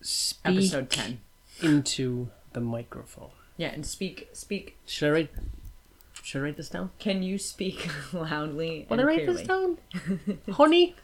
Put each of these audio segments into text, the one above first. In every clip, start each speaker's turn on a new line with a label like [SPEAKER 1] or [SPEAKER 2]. [SPEAKER 1] Speak
[SPEAKER 2] episode ten.
[SPEAKER 1] into the microphone.
[SPEAKER 2] Yeah, and speak speak.
[SPEAKER 1] Should I write? Should I write this down?
[SPEAKER 2] Can you speak loudly?
[SPEAKER 1] Want
[SPEAKER 2] and
[SPEAKER 1] to write
[SPEAKER 2] clearly?
[SPEAKER 1] this down, honey?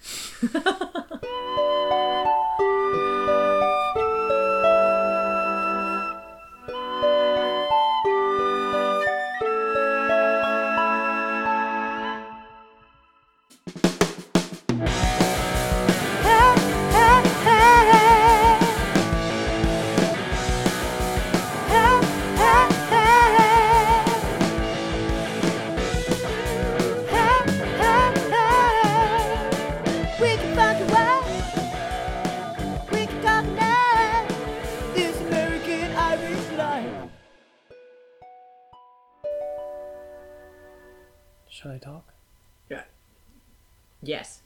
[SPEAKER 3] We can find a way. We can talk now. This American Irish life.
[SPEAKER 1] Should I talk?
[SPEAKER 2] Yeah. Yes.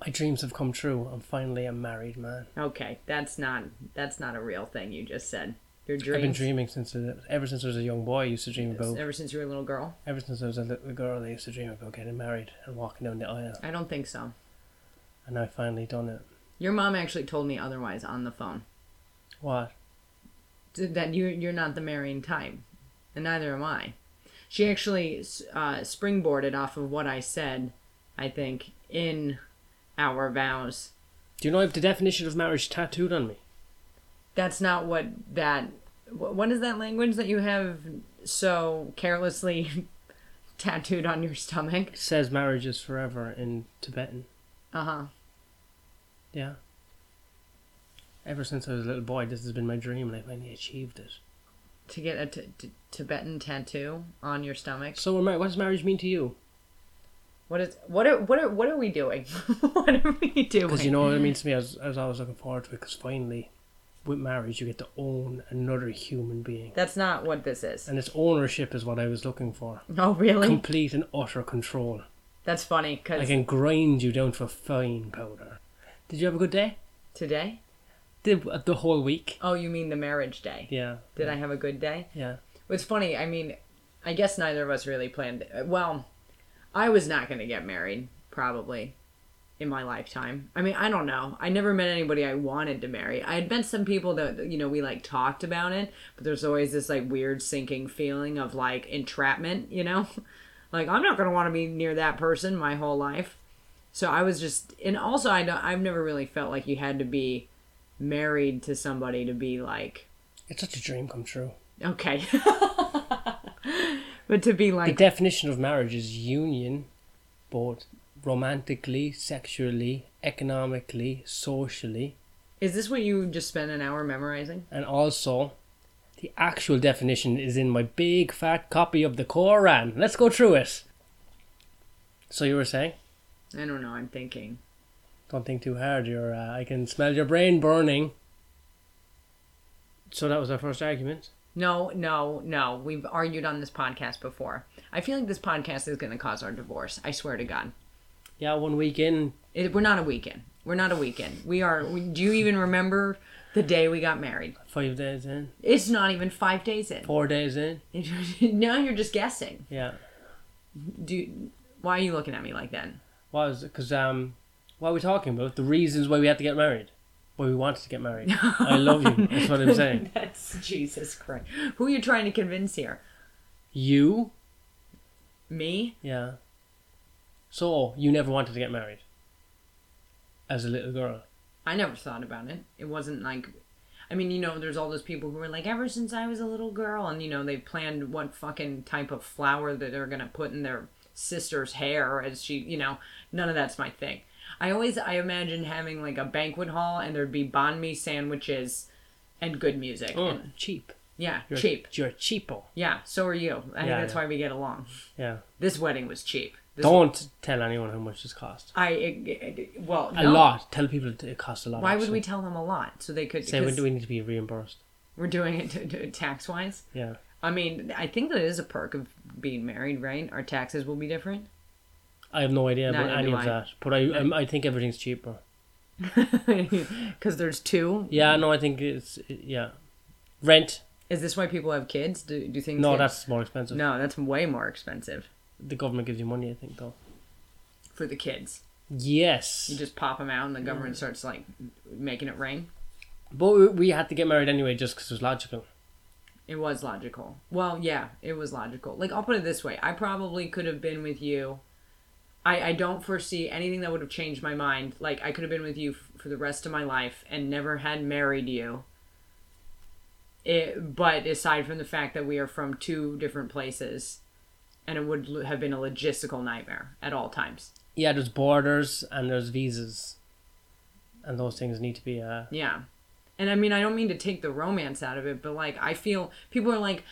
[SPEAKER 1] My dreams have come true. I'm finally a married man.
[SPEAKER 2] Okay, that's not that's not a real thing you just said. Your dreams.
[SPEAKER 1] I've been dreaming since ever since I was a young boy. I used to dream about
[SPEAKER 2] ever since you were a little girl.
[SPEAKER 1] ever since I was a little girl. I used to dream about getting married and walking down the aisle,
[SPEAKER 2] I don't think so.
[SPEAKER 1] and I finally done it.
[SPEAKER 2] Your mom actually told me otherwise on the phone.
[SPEAKER 1] What?
[SPEAKER 2] that you you're not the marrying type, and neither am I. She actually uh, springboarded off of what I said, I think, in our vows.
[SPEAKER 1] Do you know I have the definition of marriage tattooed on me?
[SPEAKER 2] That's not what that. wh- What is that language that you have so carelessly tattooed on your stomach?
[SPEAKER 1] It says marriage is forever in Tibetan.
[SPEAKER 2] Uh huh.
[SPEAKER 1] Yeah. Ever since I was a little boy, this has been my dream, and I finally achieved it.
[SPEAKER 2] To get a t- t- Tibetan tattoo on your stomach.
[SPEAKER 1] So, we're mar- what does marriage mean to you?
[SPEAKER 2] What is what are what are what are we doing? what are we doing?
[SPEAKER 1] Because you know what it means to me. I was, I was always looking forward to it. Because finally, with marriage, you get to own another human being,
[SPEAKER 2] that's not what this is.
[SPEAKER 1] and its ownership is what I was looking for.
[SPEAKER 2] Oh really?
[SPEAKER 1] Complete and utter control.
[SPEAKER 2] that's funny
[SPEAKER 1] I
[SPEAKER 2] because
[SPEAKER 1] can grind you down to a fine powder. Did you have a good day?
[SPEAKER 2] today
[SPEAKER 1] Did uh, the whole week?
[SPEAKER 2] Oh, you mean the marriage day?
[SPEAKER 1] Yeah.
[SPEAKER 2] Did I have a good day?
[SPEAKER 1] Yeah.
[SPEAKER 2] It's funny. I mean, I guess neither of us really planned. uh, Well, I was not going to get married probably in my lifetime. I mean, I don't know. I never met anybody I wanted to marry. I had met some people that you know we like talked about it, but there's always this like weird sinking feeling of like entrapment. You know, like I'm not going to want to be near that person my whole life. So I was just, and also I don't, I've never really felt like you had to be married to somebody to be like
[SPEAKER 1] It's such a dream come true.
[SPEAKER 2] Okay. but to be
[SPEAKER 1] The
[SPEAKER 2] like,
[SPEAKER 1] definition of marriage is union, both romantically, sexually, economically, socially,
[SPEAKER 2] is this what you just spent an hour memorizing?
[SPEAKER 1] and also the actual definition is in my big fat copy of the Koran. Let's go through it. So you were saying?
[SPEAKER 2] I don't know. I'm thinking.
[SPEAKER 1] Don't think too hard. You're. Uh, I can smell your brain burning. So that was our first argument.
[SPEAKER 2] No, no, no. We've argued on this podcast before. I feel like this podcast is going to cause our divorce. I swear to God.
[SPEAKER 1] Yeah, one week in.
[SPEAKER 2] It, we're not a weekend. We're not a weekend. We are. We, do you even remember the day we got married?
[SPEAKER 1] Five days in.
[SPEAKER 2] It's not even five days in.
[SPEAKER 1] Four days in.
[SPEAKER 2] now you're just guessing.
[SPEAKER 1] Yeah.
[SPEAKER 2] Do why are you looking at me like that?
[SPEAKER 1] Why was it? Because um, what are we talking about? The reasons why we had to get married. Why we wanted to get married. I love you. That's what I'm saying.
[SPEAKER 2] That's Jesus Christ. Who are you trying to convince here?
[SPEAKER 1] You.
[SPEAKER 2] Me?
[SPEAKER 1] Yeah. So you never wanted to get married. As a little girl.
[SPEAKER 2] I never thought about it. It wasn't like, I mean, you know, there's all those people who were like, ever since I was a little girl, and you know, they planned what fucking type of flower that they're gonna put in their sister's hair as she, you know, none of that's my thing. I always, I imagine having like a banquet hall and there'd be banh mi sandwiches and good music.
[SPEAKER 1] Oh,
[SPEAKER 2] And-
[SPEAKER 1] cheap.
[SPEAKER 2] yeah,
[SPEAKER 1] You're,
[SPEAKER 2] Mm. cheap.
[SPEAKER 1] You're a cheapo.
[SPEAKER 2] Yeah, so are you. I think
[SPEAKER 1] Yeah,
[SPEAKER 2] that's
[SPEAKER 1] yeah.
[SPEAKER 2] why we get along.
[SPEAKER 1] Yeah.
[SPEAKER 2] This wedding was cheap. This
[SPEAKER 1] Don't tell anyone how much this cost.
[SPEAKER 2] I, it, it- well,
[SPEAKER 1] A
[SPEAKER 2] no.
[SPEAKER 1] lot. Tell people it it costs a lot.
[SPEAKER 2] Why would
[SPEAKER 1] actually.
[SPEAKER 2] we tell them a lot? So they could,
[SPEAKER 1] Say when
[SPEAKER 2] because
[SPEAKER 1] do we need to be reimbursed?
[SPEAKER 2] we're doing it to, to, tax-wise.
[SPEAKER 1] Yeah.
[SPEAKER 2] I mean, I think that is a perk of being married, right? Our taxes will be different.
[SPEAKER 1] I have no idea about
[SPEAKER 2] Neither
[SPEAKER 1] any
[SPEAKER 2] do
[SPEAKER 1] of
[SPEAKER 2] I.
[SPEAKER 1] that, but I, um I think everything's cheaper.
[SPEAKER 2] Because there's two.
[SPEAKER 1] Yeah, no, I think it's yeah, rent.
[SPEAKER 2] Is this why people have kids? Do, do things
[SPEAKER 1] No,
[SPEAKER 2] get-
[SPEAKER 1] that's more expensive.
[SPEAKER 2] No, that's way more expensive
[SPEAKER 1] The government gives you money, I think, though.
[SPEAKER 2] for the kids.
[SPEAKER 1] Yes.
[SPEAKER 2] You just pop them out and the government starts, like, making it rain.
[SPEAKER 1] But we- we had to get married anyway just because it was logical.
[SPEAKER 2] It was logical. Well, yeah, it was logical. Like I'll put it this way: I probably could have been with you. I I don't foresee anything that would have changed my mind. Like I could have been with you f- for the rest of my life and never had married you. It, but aside from the fact that we are from two different places, and it would l- have been a logistical nightmare at all times.
[SPEAKER 1] Yeah, there's borders and there's visas, and those things need to be. Uh,
[SPEAKER 2] Yeah. And I mean, I don't mean to take the romance out of it, but like, I feel people are like,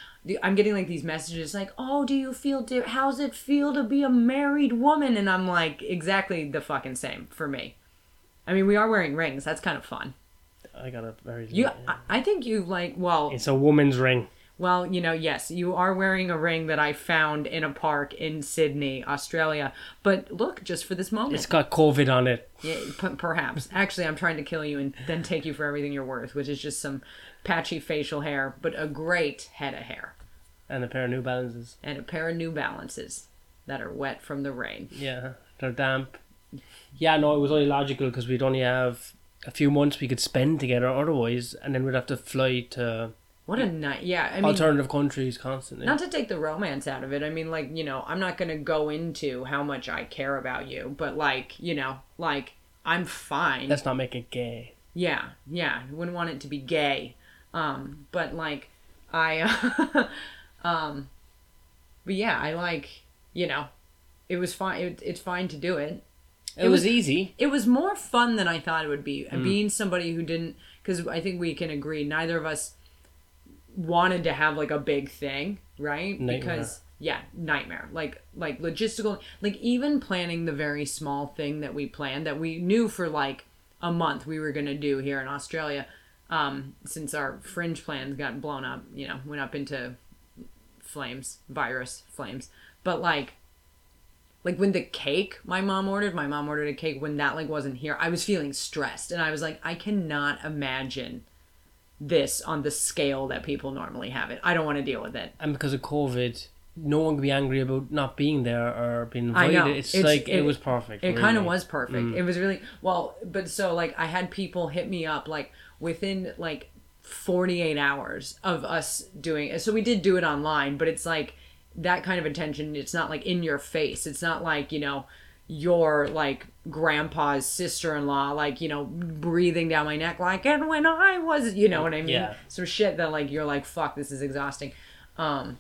[SPEAKER 2] I'm getting like these messages like, oh, do you feel, di- how's it feel to be a married woman? And I'm like, exactly the fucking same for me. I mean, we are wearing rings. That's kind of fun.
[SPEAKER 1] I got a very.
[SPEAKER 2] You, I, I think you like, well,
[SPEAKER 1] it's a woman's ring.
[SPEAKER 2] well, you know, yes, you are wearing a ring that I found in a park in Sydney, Australia. But look, just for this moment,
[SPEAKER 1] It's got COVID on it.
[SPEAKER 2] yeah, p- perhaps. Actually, I'm trying to kill you and then take you for everything you're worth, which is just some patchy facial hair, but a great head of hair
[SPEAKER 1] and a pair of New Balances.
[SPEAKER 2] and a pair of New Balances that are wet from the rain.
[SPEAKER 1] Yeah, they're damp. Yeah, no, it was only logical because we'd only have a few months we could spend together otherwise, and then we'd have to fly to
[SPEAKER 2] What a night! Yeah, I mean,
[SPEAKER 1] alternative countries constantly.
[SPEAKER 2] not to take the romance out of it. I mean, like you know, I'm not gonna go into how much I care about you, but like you know, like I'm fine.
[SPEAKER 1] Let's not make it gay.
[SPEAKER 2] Yeah, yeah. I Wouldn't want it to be gay. Um, but like I um but yeah, I like, you know, it was fine it, it's fine to do it.
[SPEAKER 1] It, was, easy.
[SPEAKER 2] It was more fun than I thought it would be. And Being somebody who didn't cuz I think we can agree neither of us wanted to have like a big thing, right?
[SPEAKER 1] Nightmare.
[SPEAKER 2] Because yeah, nightmare. Like like logistical like even planning the very small thing that we planned that we knew for like a month we were going to do here in Australia um since our fringe plans got blown up, you know, went up into flames, virus flames. But like like when the cake my mom ordered, my mom ordered a cake when that like wasn't here. I was feeling stressed and I was like I cannot imagine this on the scale that people normally have it. I don't want to deal with it.
[SPEAKER 1] And because of COVID, no one could be angry about not being there or being
[SPEAKER 2] I
[SPEAKER 1] invited.
[SPEAKER 2] know.
[SPEAKER 1] It's, like it, was perfect.
[SPEAKER 2] It kind of
[SPEAKER 1] really.
[SPEAKER 2] was perfect. It was really well, but so like I had people hit me up like within like 48 hours of us doing So we did do it online, but it's like that kind of attention. It's not like in your face. It's not like, you know, your like grandpa's sister-in-law like you know breathing down my neck like and when i was you know what i mean
[SPEAKER 1] Yeah.
[SPEAKER 2] some shit that like you're like fuck this is exhausting um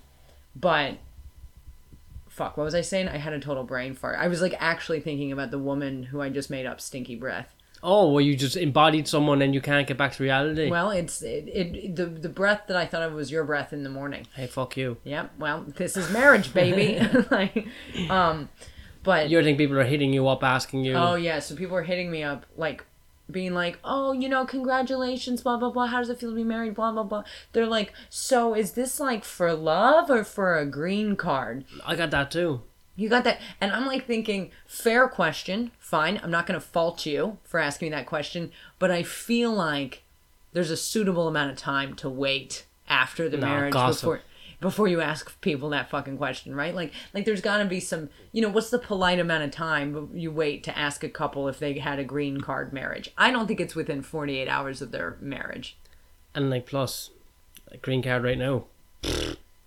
[SPEAKER 2] but fuck, what was I saying? I had a total brain fart. I was like actually thinking about the woman who I just made up stinky breath.
[SPEAKER 1] Oh, well, you just embodied someone and you can't get back to reality.
[SPEAKER 2] Well, it's it, it the the breath that I thought of was your breath in the morning.
[SPEAKER 1] hey, fuck you.
[SPEAKER 2] Yep. Well, this is marriage, baby. like, um, but
[SPEAKER 1] You think people are hitting you up asking you?
[SPEAKER 2] oh yeah, so people were hitting me up like being like, "Oh, you know, congratulations, blah blah blah. How does it feel to be married, blah blah blah." They're like, "So is this like for love or for a green card?"
[SPEAKER 1] I got that too.
[SPEAKER 2] You got that. And I'm like thinking, fair question. Fine. I'm not going to fault you for asking me that question. But I feel like there's a suitable amount of time to wait after the
[SPEAKER 1] No,
[SPEAKER 2] marriage
[SPEAKER 1] gossip.
[SPEAKER 2] before before you ask people that fucking question, right? Like like there's got to be some, you know, what's the polite amount of time you wait to ask a couple if they had a green card marriage? I don't think it's within 48 hours of their marriage.
[SPEAKER 1] And like, plus, a green card right now.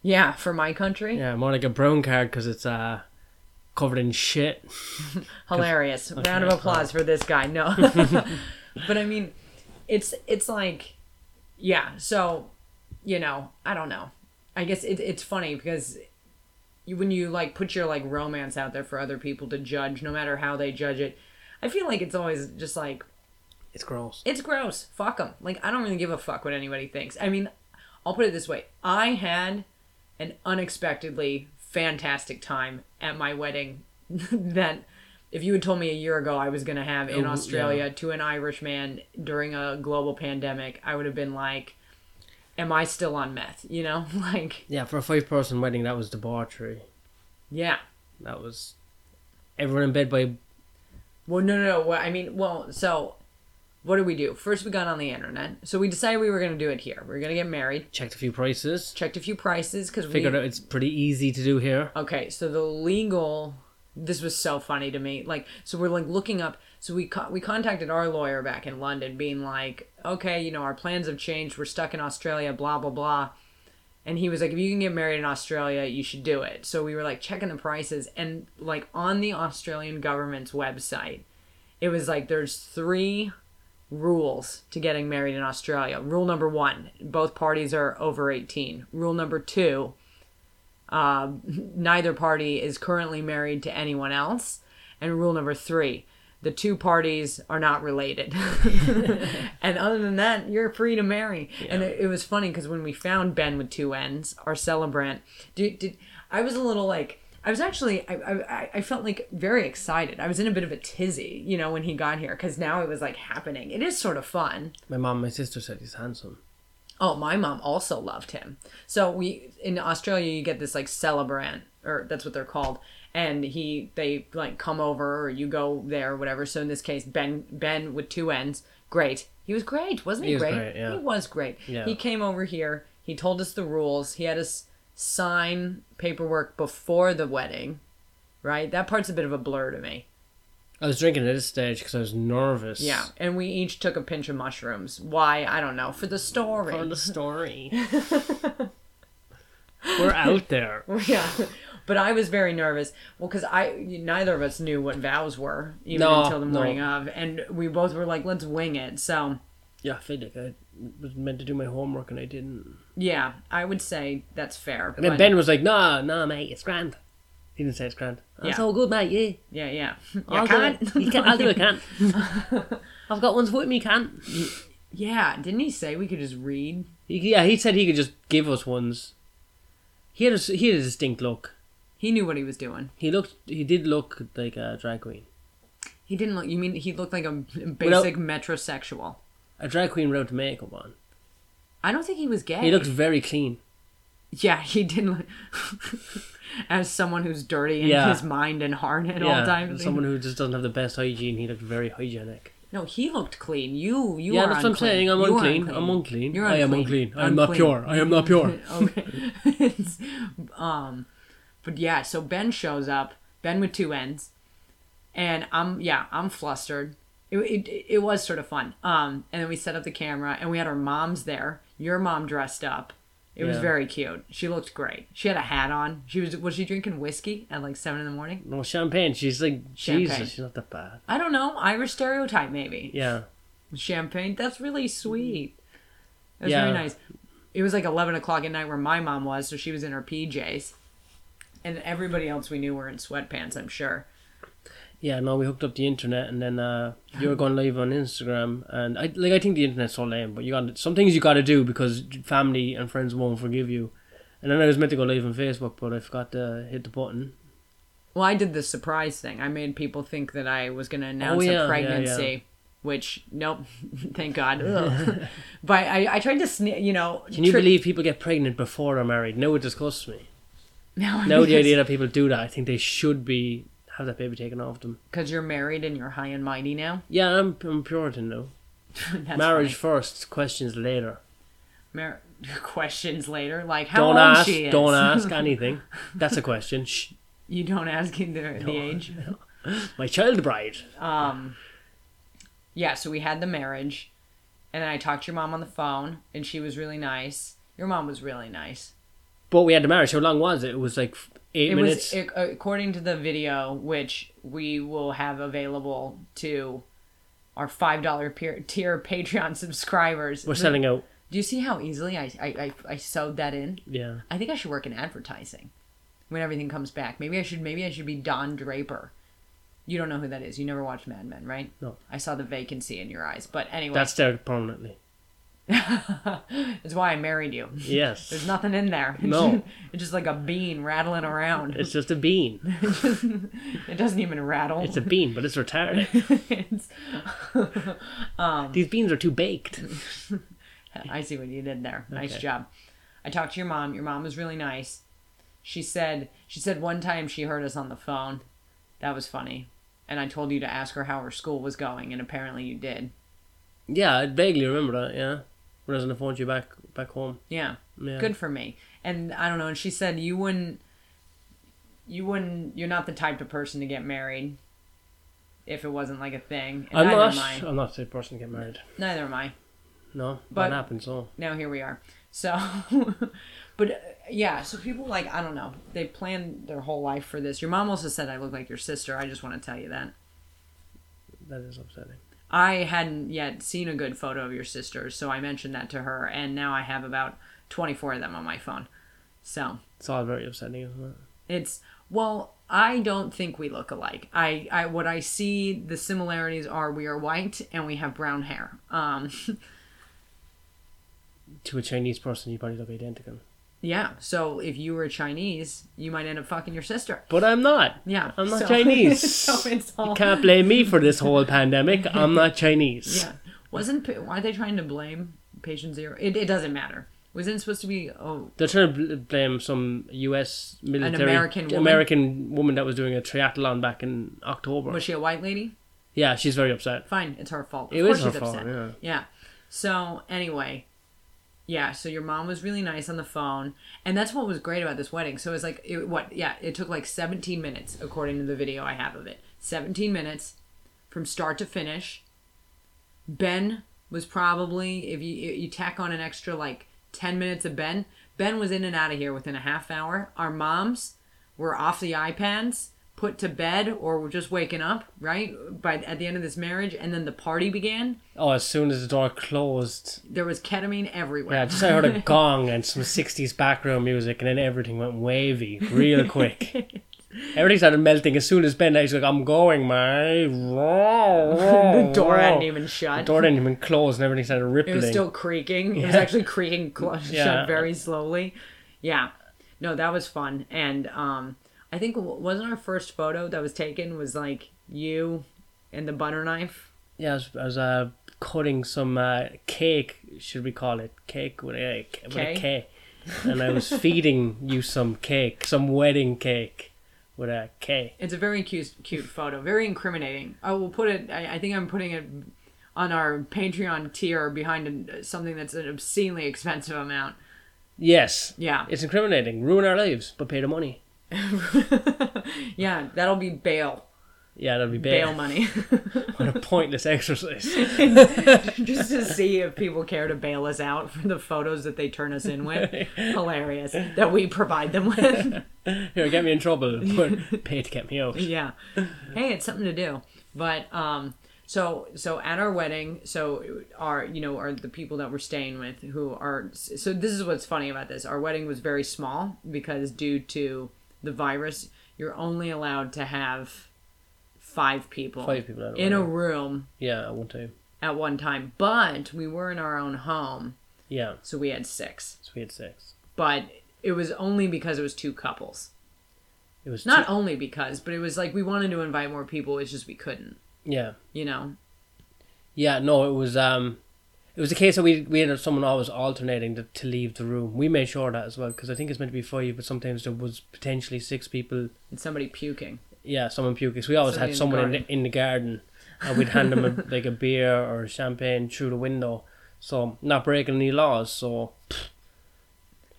[SPEAKER 2] Yeah, for my country.
[SPEAKER 1] Yeah, more like a brown card because it's uh, covered in shit.
[SPEAKER 2] hilarious round of
[SPEAKER 1] Okay.
[SPEAKER 2] applause for this guy no but i mean it's it's like yeah so you know i don't know i guess it, it's funny because you, when you like put your like romance out there for other people to judge no matter how they judge it i feel like it's always just like
[SPEAKER 1] It's gross.
[SPEAKER 2] it's gross. Fuck them. Like I don't really give a fuck what anybody thinks. I mean, I'll put it this way: I had an unexpectedly fantastic time at my wedding. that if you had told me a year ago I was going to have in
[SPEAKER 1] Oh,
[SPEAKER 2] Australia to an Irish man during a global pandemic, I would have been like, "Am I still on meth?" You know, like
[SPEAKER 1] Yeah, for a five person wedding, that was debauchery.
[SPEAKER 2] yeah.
[SPEAKER 1] That was everyone in bed by.
[SPEAKER 2] Well, no, no, no. What, I mean, well, so what did we do? First, we got on the internet. So we decided we were going to do it here. We are going to get married.
[SPEAKER 1] Checked a few prices.
[SPEAKER 2] Checked a few prices because we
[SPEAKER 1] Figured out it's pretty easy to do here.
[SPEAKER 2] Okay, so the legal this was so funny to me. Like so we're like looking up So we co- we contacted our lawyer back in London, being like, okay, you know, our plans have changed. We're stuck in Australia. Blah blah blah. And he was like, if you can get married in Australia, you should do it. So we were like checking the prices, and like on the Australian government's website, it was like there's three rules to getting married in Australia. Rule number one, both parties are over 18. Rule number two, uh, neither party is currently married to anyone else. And rule number three, the two parties are not related. and other than that, you're free to marry. And it, it was funny because when we found Ben with two N's, our celebrant, dude, did, I was a little like, I was actually, I, I, I felt like very excited. I was in a bit of a tizzy, you know, when he got here because now it was like happening. It is sort of fun.
[SPEAKER 1] My mom and my sister said he's handsome.
[SPEAKER 2] Oh, my mom also loved him. So we in Australia you get this like celebrant or that's what they're called and he they like come over or you go there or whatever. So in this case Ben Ben with two ends, great. He was great, wasn't he,
[SPEAKER 1] He was
[SPEAKER 2] great?
[SPEAKER 1] great, yeah.
[SPEAKER 2] He was great.
[SPEAKER 1] Yeah.
[SPEAKER 2] He came over here, he told us the rules, he had us sign paperwork before the wedding. Right? That part's a bit of a blur to me.
[SPEAKER 1] I was drinking at this stage because I was nervous.
[SPEAKER 2] Yeah. And we each took a pinch of mushrooms. Why? I don't know. For the story.
[SPEAKER 1] For the story. We're out there.
[SPEAKER 2] yeah but i was very nervous well because i neither of us knew what vows were even
[SPEAKER 1] No,
[SPEAKER 2] until the
[SPEAKER 1] no.
[SPEAKER 2] morning of and we both were like let's wing it so
[SPEAKER 1] Yeah, I feel like I was meant to do my homework and I didn't.
[SPEAKER 2] yeah i would say that's fair
[SPEAKER 1] And then
[SPEAKER 2] but-
[SPEAKER 1] Ben was like, "No, no, mate, it's grand." He didn't say it's grand. That's
[SPEAKER 2] Yeah.
[SPEAKER 1] all good, mate. Yeah,
[SPEAKER 2] yeah yeah you
[SPEAKER 1] I'll
[SPEAKER 2] can't.
[SPEAKER 1] do it. You can, I'll do it. Can't. I've got one foot in me. Can't.
[SPEAKER 2] yeah didn't he say we could just read
[SPEAKER 1] He, yeah, he said he could just give us ones. He had a, s- he had a distinct look.
[SPEAKER 2] he knew what he was doing
[SPEAKER 1] He looked. He did look like a drag queen.
[SPEAKER 2] he didn't look you mean he looked like a basic metrosexual
[SPEAKER 1] A drag queen wrote makeup on.
[SPEAKER 2] i don't think he was gay
[SPEAKER 1] He looked very clean.
[SPEAKER 2] yeah he didn't look as someone who's dirty in
[SPEAKER 1] Yeah.
[SPEAKER 2] his mind and heart at all times
[SPEAKER 1] someone who just doesn't have the best hygiene. He looked very hygienic.
[SPEAKER 2] No, he looked clean. You, you
[SPEAKER 1] yeah,
[SPEAKER 2] are
[SPEAKER 1] that's what I'm
[SPEAKER 2] unclean.
[SPEAKER 1] saying. I'm
[SPEAKER 2] You are
[SPEAKER 1] unclean. I'm unclean.
[SPEAKER 2] You're
[SPEAKER 1] I am unclean. I am not pure. I am not pure.
[SPEAKER 2] okay. It's, um, but yeah, so Ben shows up. Ben with two ends, and I'm yeah, I'm flustered. It, it, it was sort of fun. Um, and then we set up the camera, and we had our moms there. Your mom dressed up. It was
[SPEAKER 1] Yeah.
[SPEAKER 2] very cute. She looked great. She had a hat on. She was was she drinking whiskey at like seven in the morning?
[SPEAKER 1] No champagne. She's like
[SPEAKER 2] Champagne.
[SPEAKER 1] Jesus. She's not that bad.
[SPEAKER 2] I don't know. Irish stereotype maybe.
[SPEAKER 1] Yeah.
[SPEAKER 2] champagne. That's really sweet. That's
[SPEAKER 1] Yeah.
[SPEAKER 2] very nice. It was like eleven o'clock at night where my mom was, so she was in her PJs, and everybody else we knew were in sweatpants. I'm sure.
[SPEAKER 1] Yeah, no, we hooked up the internet, and then uh, you were going live on Instagram, and I like I think the internet's so lame, but you got some things you got to do because family and friends won't forgive you. And then I was meant to go live on Facebook, but I forgot to hit the button.
[SPEAKER 2] Well, I did the surprise thing. I made people think that I was going to announce
[SPEAKER 1] Oh, yeah, yeah,
[SPEAKER 2] a pregnancy,
[SPEAKER 1] yeah.
[SPEAKER 2] which nope, thank God. Ugh. but I, I tried to sne- you know.
[SPEAKER 1] Can you
[SPEAKER 2] trick-
[SPEAKER 1] believe people get pregnant before they're married? No, it disgusts me.
[SPEAKER 2] no?
[SPEAKER 1] No, the idea that people do that, I think they should be have that baby taken off them.
[SPEAKER 2] because you're married and you're high and mighty now.
[SPEAKER 1] Yeah, I'm, I'm Puritan though.
[SPEAKER 2] That's
[SPEAKER 1] Marriage
[SPEAKER 2] funny.
[SPEAKER 1] first, questions later.
[SPEAKER 2] Mar- questions later, like how
[SPEAKER 1] don't
[SPEAKER 2] old
[SPEAKER 1] ask,
[SPEAKER 2] she is.
[SPEAKER 1] don't ask anything. That's a question. Shh.
[SPEAKER 2] You don't ask either the age.
[SPEAKER 1] My child bride.
[SPEAKER 2] um yeah so we had the marriage and i talked to your mom on the phone and she was really nice your mom was really nice
[SPEAKER 1] But we had the marriage. How long was it? It was like f- eight
[SPEAKER 2] it
[SPEAKER 1] minutes.
[SPEAKER 2] was ac- according to the video which we will have available to our five dollar peer- tier patreon subscribers
[SPEAKER 1] We're selling out.
[SPEAKER 2] do you see how easily I, I i i sewed that in
[SPEAKER 1] Yeah.
[SPEAKER 2] i think i should work in advertising when everything comes back maybe i should maybe i should be don draper you don't know who that is you never watched mad men right
[SPEAKER 1] No.
[SPEAKER 2] i saw the vacancy in your eyes but anyway
[SPEAKER 1] That's there permanently.
[SPEAKER 2] That's why I married you. There's
[SPEAKER 1] Yes.
[SPEAKER 2] nothing in there. It's
[SPEAKER 1] No.
[SPEAKER 2] just, it's just like a bean rattling around.
[SPEAKER 1] It's just a bean.
[SPEAKER 2] it doesn't even rattle.
[SPEAKER 1] It's a bean, but it's retarded.
[SPEAKER 2] It's-
[SPEAKER 1] These beans are too baked.
[SPEAKER 2] I see what you did there. Nice
[SPEAKER 1] Okay.
[SPEAKER 2] job. I talked to your mom. Your mom was really nice. She said she said one time she heard us on the phone. That was funny. And I told you to ask her how her school was going, and apparently you did.
[SPEAKER 1] Yeah, I vaguely remember that. Yeah, when I was on the phone to you back back home.
[SPEAKER 2] Yeah.
[SPEAKER 1] Yeah.
[SPEAKER 2] Good for me. And I don't know, and she said you wouldn't you wouldn't you're not the type of person to get married if it wasn't like a thing. And
[SPEAKER 1] I'm not.
[SPEAKER 2] neither am I.
[SPEAKER 1] I'm not the person to get married.
[SPEAKER 2] Neither am I.
[SPEAKER 1] No,
[SPEAKER 2] But-
[SPEAKER 1] that happens. So
[SPEAKER 2] now here we are. So, but uh, yeah, so people like I don't know. They plan their whole life for this. Your mom also said I look like your sister. I just want to tell you that
[SPEAKER 1] that is upsetting.
[SPEAKER 2] I hadn't yet seen a good photo of your sister, so I mentioned that to her, and now I have about twenty four of them on my phone. So
[SPEAKER 1] It's all very upsetting, isn't it?
[SPEAKER 2] it's well, I don't think we look alike. I, I what I see the similarities are we are white and we have brown hair. Um,
[SPEAKER 1] To a Chinese person, you probably look identical.
[SPEAKER 2] yeah. So if you were Chinese, you might end up fucking your sister.
[SPEAKER 1] But I'm not.
[SPEAKER 2] Yeah,
[SPEAKER 1] I'm not
[SPEAKER 2] so-
[SPEAKER 1] Chinese.
[SPEAKER 2] so it's all
[SPEAKER 1] You can't blame me for this whole pandemic. I'm not Chinese.
[SPEAKER 2] Yeah. Wasn't pa- why are they trying to blame patient zero? It, it doesn't matter. Wasn't it supposed to be oh
[SPEAKER 1] They're trying to bl- blame some U.S. military
[SPEAKER 2] American woman?
[SPEAKER 1] American woman that was doing a triathlon back in October.
[SPEAKER 2] was she a white lady?
[SPEAKER 1] yeah, she's very upset.
[SPEAKER 2] Fine, it's her fault. Of
[SPEAKER 1] It
[SPEAKER 2] course
[SPEAKER 1] was her
[SPEAKER 2] she's
[SPEAKER 1] fault,
[SPEAKER 2] upset.
[SPEAKER 1] yeah.
[SPEAKER 2] So anyway, yeah. So your mom was really nice on the phone, and that's what was great about this wedding. So it was like it, what? Yeah, it took like 17 minutes according to the video I have of it. 17 minutes from start to finish. Ben was probably if you you tack on an extra like 10 minutes of Ben, Ben was in and out of here within a half hour. Our moms were off the iPads, put to bed or were just waking up, right? By at the end of this marriage and then the party began.
[SPEAKER 1] Oh, as soon as the door closed,
[SPEAKER 2] There was ketamine everywhere.
[SPEAKER 1] yeah, just I heard a gong and some '60s background music, and then everything went wavy real quick. Everything started melting as soon as Ben. I was like, "I'm going, man."
[SPEAKER 2] the
[SPEAKER 1] the
[SPEAKER 2] door hadn't even shut.
[SPEAKER 1] Oh, The door didn't even close, and everything started
[SPEAKER 2] It
[SPEAKER 1] rippling.
[SPEAKER 2] was still creaking. It was actually creaking cl-
[SPEAKER 1] Yeah.
[SPEAKER 2] shut very slowly. Yeah. No, that was fun. And um, I think w- wasn't our first photo that was taken was like you and the butter knife.
[SPEAKER 1] Yeah, I was, I was uh, cutting some uh, cake, should we call it? Cake with a, with a
[SPEAKER 2] K?
[SPEAKER 1] K. And I was feeding you some cake, some wedding cake with a K.
[SPEAKER 2] It's a very cute, cute photo. Very incriminating. I will put it. I, I think I'm putting it on our Patreon tier behind a, something that's an obscenely expensive amount.
[SPEAKER 1] Yes.
[SPEAKER 2] Yeah.
[SPEAKER 1] It's incriminating. Ruin our lives, but pay the money.
[SPEAKER 2] yeah, that'll be bail.
[SPEAKER 1] Yeah, that'd be bail.
[SPEAKER 2] Bail money.
[SPEAKER 1] What a pointless exercise.
[SPEAKER 2] just to see if people care to bail us out for the photos that they turn us in with. Hilarious that we provide them with.
[SPEAKER 1] Here, get me in trouble, but pay to get me out.
[SPEAKER 2] yeah. Hey, it's something to do. But um so so at our wedding, so our you know are the people that we're staying with who are so this is what's funny about this. Our wedding was very small because due to the virus, you're only allowed to have five people
[SPEAKER 1] Five people at a
[SPEAKER 2] in a
[SPEAKER 1] wedding.
[SPEAKER 2] room
[SPEAKER 1] Yeah, I want to.
[SPEAKER 2] at one time. But we were in our own home,
[SPEAKER 1] Yeah,
[SPEAKER 2] so we had six.
[SPEAKER 1] so we had six.
[SPEAKER 2] but it was only because it was two couples.
[SPEAKER 1] It was
[SPEAKER 2] Not
[SPEAKER 1] two-
[SPEAKER 2] only because, but it was like we wanted to invite more people. It's just we couldn't,
[SPEAKER 1] Yeah.
[SPEAKER 2] you know.
[SPEAKER 1] Yeah, no, it was um, it was a case that we we had someone always alternating to, to leave the room. We made sure of that as well because I think it's meant to be five, but sometimes there was potentially six people.
[SPEAKER 2] And somebody puking.
[SPEAKER 1] Yeah, someone puking. So we always had someone
[SPEAKER 2] Somebody
[SPEAKER 1] in
[SPEAKER 2] in the
[SPEAKER 1] the, in the garden, and we'd hand them a, like a beer or champagne through the window. So not breaking any laws. So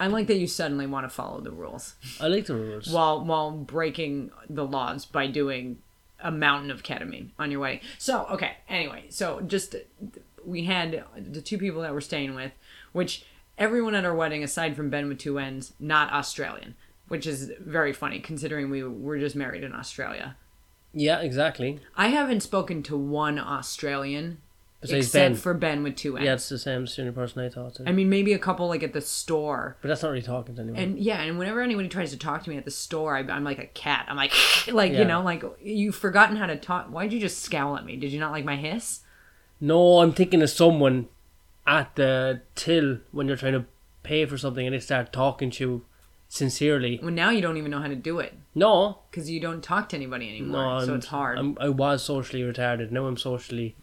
[SPEAKER 2] I like that you suddenly want to follow the rules
[SPEAKER 1] I like the rules.
[SPEAKER 2] while while breaking the laws by doing a mountain of ketamine on your wedding. So okay, anyway, so just we had the two people that we're staying with, which everyone at our wedding aside from Ben with two ends, not Australian, which is very funny considering we were just married in Australia.
[SPEAKER 1] yeah, exactly.
[SPEAKER 2] I haven't spoken to one Australian
[SPEAKER 1] Besides
[SPEAKER 2] except
[SPEAKER 1] Ben.
[SPEAKER 2] for Ben with two N's.
[SPEAKER 1] Yeah, it's the same senior person I thought to.
[SPEAKER 2] I mean, maybe a couple like at the store.
[SPEAKER 1] but that's not really talking to anyone.
[SPEAKER 2] And yeah, and whenever anybody tries to talk to me at the store, I, I'm like a cat. I'm like, like
[SPEAKER 1] Yeah.
[SPEAKER 2] you know, like you've forgotten how to talk. Why'd you just scowl at me? Did you not like my hiss?
[SPEAKER 1] No, I'm thinking of someone at the till when you're trying to pay for something and they start talking to you sincerely.
[SPEAKER 2] Well, now you don't even know how to do it
[SPEAKER 1] No,
[SPEAKER 2] because you don't talk to anybody
[SPEAKER 1] no,
[SPEAKER 2] anymore. so
[SPEAKER 1] I'm-
[SPEAKER 2] it's hard.
[SPEAKER 1] I'm, I was socially retarded. Now I'm socially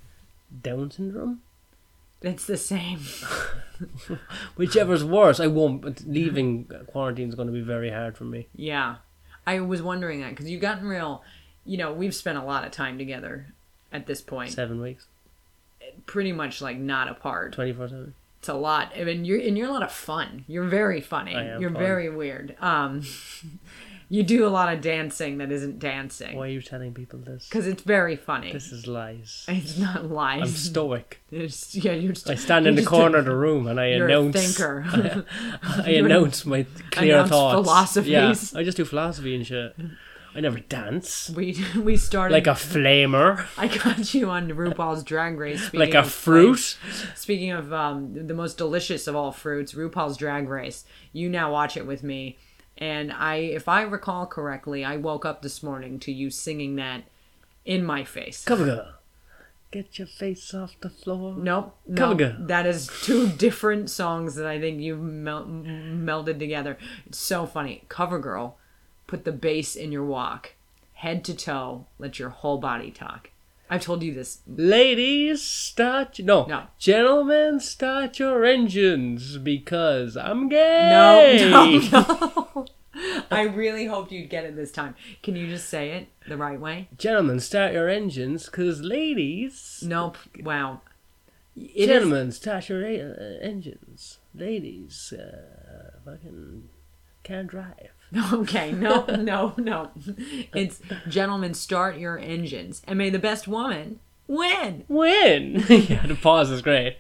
[SPEAKER 1] Down syndrome.
[SPEAKER 2] It's the same.
[SPEAKER 1] Whichever's worse, I won't. But leaving quarantine is going to be very hard for me.
[SPEAKER 2] Yeah, I was wondering that because you've gotten real. You know, we've spent a lot of time together at this point,
[SPEAKER 1] Seven weeks,
[SPEAKER 2] pretty much like not apart.
[SPEAKER 1] twenty four seven.
[SPEAKER 2] it's a lot. I mean, you're and you're a lot of fun. You're very funny.
[SPEAKER 1] I am
[SPEAKER 2] You're
[SPEAKER 1] fun.
[SPEAKER 2] very weird. Um, You do a lot of dancing that isn't dancing
[SPEAKER 1] Why are you telling people this?
[SPEAKER 2] because it's very funny.
[SPEAKER 1] This is lies.
[SPEAKER 2] It's not
[SPEAKER 1] I'm
[SPEAKER 2] lies.
[SPEAKER 1] stoic.
[SPEAKER 2] It's- yeah, you're just,
[SPEAKER 1] I stand
[SPEAKER 2] you're
[SPEAKER 1] in the
[SPEAKER 2] just
[SPEAKER 1] corner
[SPEAKER 2] a-
[SPEAKER 1] of the room and I
[SPEAKER 2] You're
[SPEAKER 1] announce.
[SPEAKER 2] a thinker.
[SPEAKER 1] I
[SPEAKER 2] You're-
[SPEAKER 1] announce my clear
[SPEAKER 2] announce
[SPEAKER 1] thoughts. Yeah,
[SPEAKER 2] philosophies.
[SPEAKER 1] I just do philosophy and shit. I never dance.
[SPEAKER 2] we we started.
[SPEAKER 1] Like a flamer,
[SPEAKER 2] I got you on RuPaul's Drag Race. Speaking
[SPEAKER 1] like a
[SPEAKER 2] of-
[SPEAKER 1] fruit.
[SPEAKER 2] Speaking of um, the most delicious of all fruits, RuPaul's Drag Race. You now watch it with me, and I, if I recall correctly, I woke up this morning to you singing that in my face.
[SPEAKER 1] Cover girl, get your face off the floor.
[SPEAKER 2] Nope, no,
[SPEAKER 1] Come again.
[SPEAKER 2] that is two different songs that I think you mel- melded together. It's so funny. Covergirl, put the bass in your walk, head to toe, let your whole body talk. I've told you this.
[SPEAKER 1] Ladies, start no,
[SPEAKER 2] No.
[SPEAKER 1] gentlemen, start your engines because I'm
[SPEAKER 2] No,
[SPEAKER 1] gay.
[SPEAKER 2] no, no. I really hoped you'd get it this time. Can you just say it the right way?
[SPEAKER 1] gentlemen, start your engines because ladies,
[SPEAKER 2] Nope. Wow. It is-
[SPEAKER 1] gentlemen, start your uh, engines. Ladies, uh, fucking can't drive.
[SPEAKER 2] Okay, no, no, no. It's gentlemen, start your engines and may the best woman win.
[SPEAKER 1] Win. yeah, the pause is great.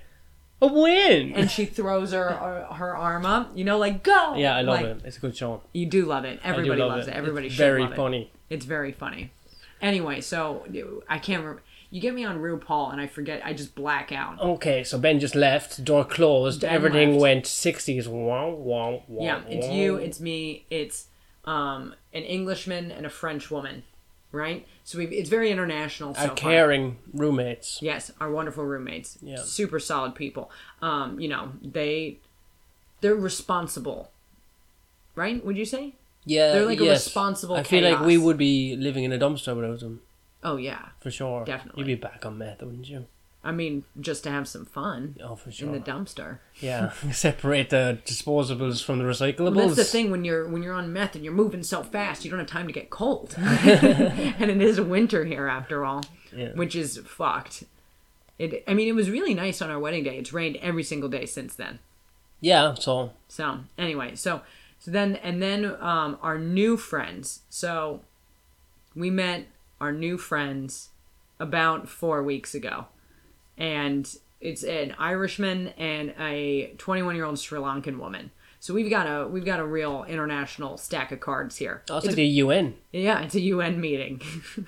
[SPEAKER 1] A win.
[SPEAKER 2] and she throws her uh, her arm up, you know, like go.
[SPEAKER 1] yeah, I love
[SPEAKER 2] Like,
[SPEAKER 1] it. It's a good show.
[SPEAKER 2] You do love it.
[SPEAKER 1] I do
[SPEAKER 2] Everybody
[SPEAKER 1] love
[SPEAKER 2] loves it.
[SPEAKER 1] it.
[SPEAKER 2] Everybody
[SPEAKER 1] It's
[SPEAKER 2] should
[SPEAKER 1] very
[SPEAKER 2] love it.
[SPEAKER 1] funny.
[SPEAKER 2] It's very funny. Anyway, so you- I can't remember. You get me on RuPaul, and I forget. I just black out.
[SPEAKER 1] Okay, so Ben just left. Door closed.
[SPEAKER 2] Ben
[SPEAKER 1] everything
[SPEAKER 2] left.
[SPEAKER 1] went sixties. Wow, wow, wow.
[SPEAKER 2] yeah, it's you, it's me, it's um, an Englishman and a French woman, right? So we it's very international. So
[SPEAKER 1] Our
[SPEAKER 2] far.
[SPEAKER 1] caring roommates.
[SPEAKER 2] Yes, our wonderful roommates.
[SPEAKER 1] Yeah.
[SPEAKER 2] Super solid people. Um, you know, they they're responsible. Right? Would you say?
[SPEAKER 1] Yeah,
[SPEAKER 2] They're like a responsible
[SPEAKER 1] I feel like we
[SPEAKER 2] chaos.
[SPEAKER 1] would be living in a dumpster without them
[SPEAKER 2] Oh yeah.
[SPEAKER 1] for sure.
[SPEAKER 2] Definitely.
[SPEAKER 1] you'd be back on meth, wouldn't you?
[SPEAKER 2] I mean, just to have some fun
[SPEAKER 1] Oh, for
[SPEAKER 2] in
[SPEAKER 1] sure.
[SPEAKER 2] the dumpster.
[SPEAKER 1] yeah, separate the disposables from the recyclables.
[SPEAKER 2] Well, that's the thing when you're when you're on meth and you're moving so fast, you don't have time to get cold. and it is winter here after all,
[SPEAKER 1] Yeah.
[SPEAKER 2] which is fucked. It. I mean, it was really nice on our wedding day. It's rained every single day since then.
[SPEAKER 1] Yeah, so
[SPEAKER 2] So anyway, so so then and then um, our new friends. So we met our new friends about four weeks ago, and it's an Irishman and a 21 year old Sri Lankan woman. So we've got a we've got a real international stack of cards here.
[SPEAKER 1] oh, it's, like the UN.
[SPEAKER 2] Yeah, it's a UN meeting.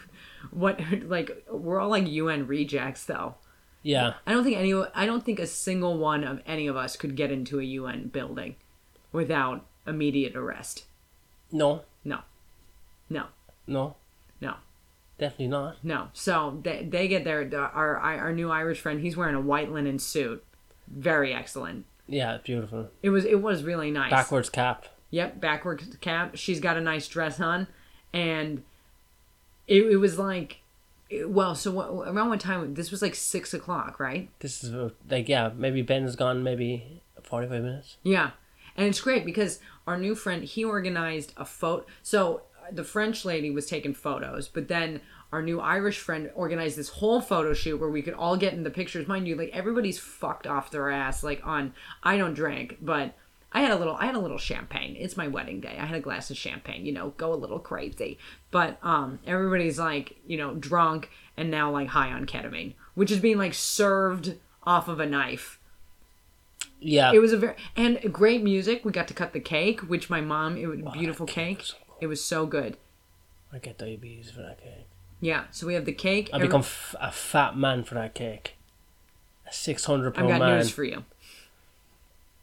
[SPEAKER 2] what like we're all like UN rejects though.
[SPEAKER 1] Yeah,
[SPEAKER 2] I don't think any. I don't think a single one of any of us could get into a UN building without immediate arrest.
[SPEAKER 1] no,
[SPEAKER 2] No, no,
[SPEAKER 1] no,
[SPEAKER 2] no,
[SPEAKER 1] definitely not.
[SPEAKER 2] no. So they they get their the- our our new Irish friend. He's wearing a white linen suit. Very excellent.
[SPEAKER 1] Yeah, beautiful.
[SPEAKER 2] It was it was really nice.
[SPEAKER 1] Backwards cap.
[SPEAKER 2] Yep, backwards cap. She's got a nice dress on, and it, it was like, it- well, so what, around what time? This was like six o'clock, right?
[SPEAKER 1] This is uh, like yeah, maybe Ben's gone maybe forty five minutes.
[SPEAKER 2] Yeah. And it's great because our new friend, he organized a photo. So uh, the French lady was taking photos, but then our new Irish friend organized this whole photo shoot where we could all get in the pictures. Mind you, like everybody's fucked off their ass. Like on, I don't drink, but I had a little, I had a little champagne. It's my wedding day. I had a glass of champagne. You know, go a little crazy. But um, everybody's like, you know, drunk and now like high on ketamine, which is being like served off of a knife
[SPEAKER 1] Yeah,
[SPEAKER 2] it was a very and great music. We got to cut the cake, which my mom it was
[SPEAKER 1] Oh,
[SPEAKER 2] beautiful cake. It was so good.
[SPEAKER 1] I get diabetes for that cake.
[SPEAKER 2] Yeah, so we have the cake.
[SPEAKER 1] I
[SPEAKER 2] Every-
[SPEAKER 1] become f- a fat man for that cake. A six hundred
[SPEAKER 2] I've
[SPEAKER 1] pound
[SPEAKER 2] got
[SPEAKER 1] oh, man.
[SPEAKER 2] news for you.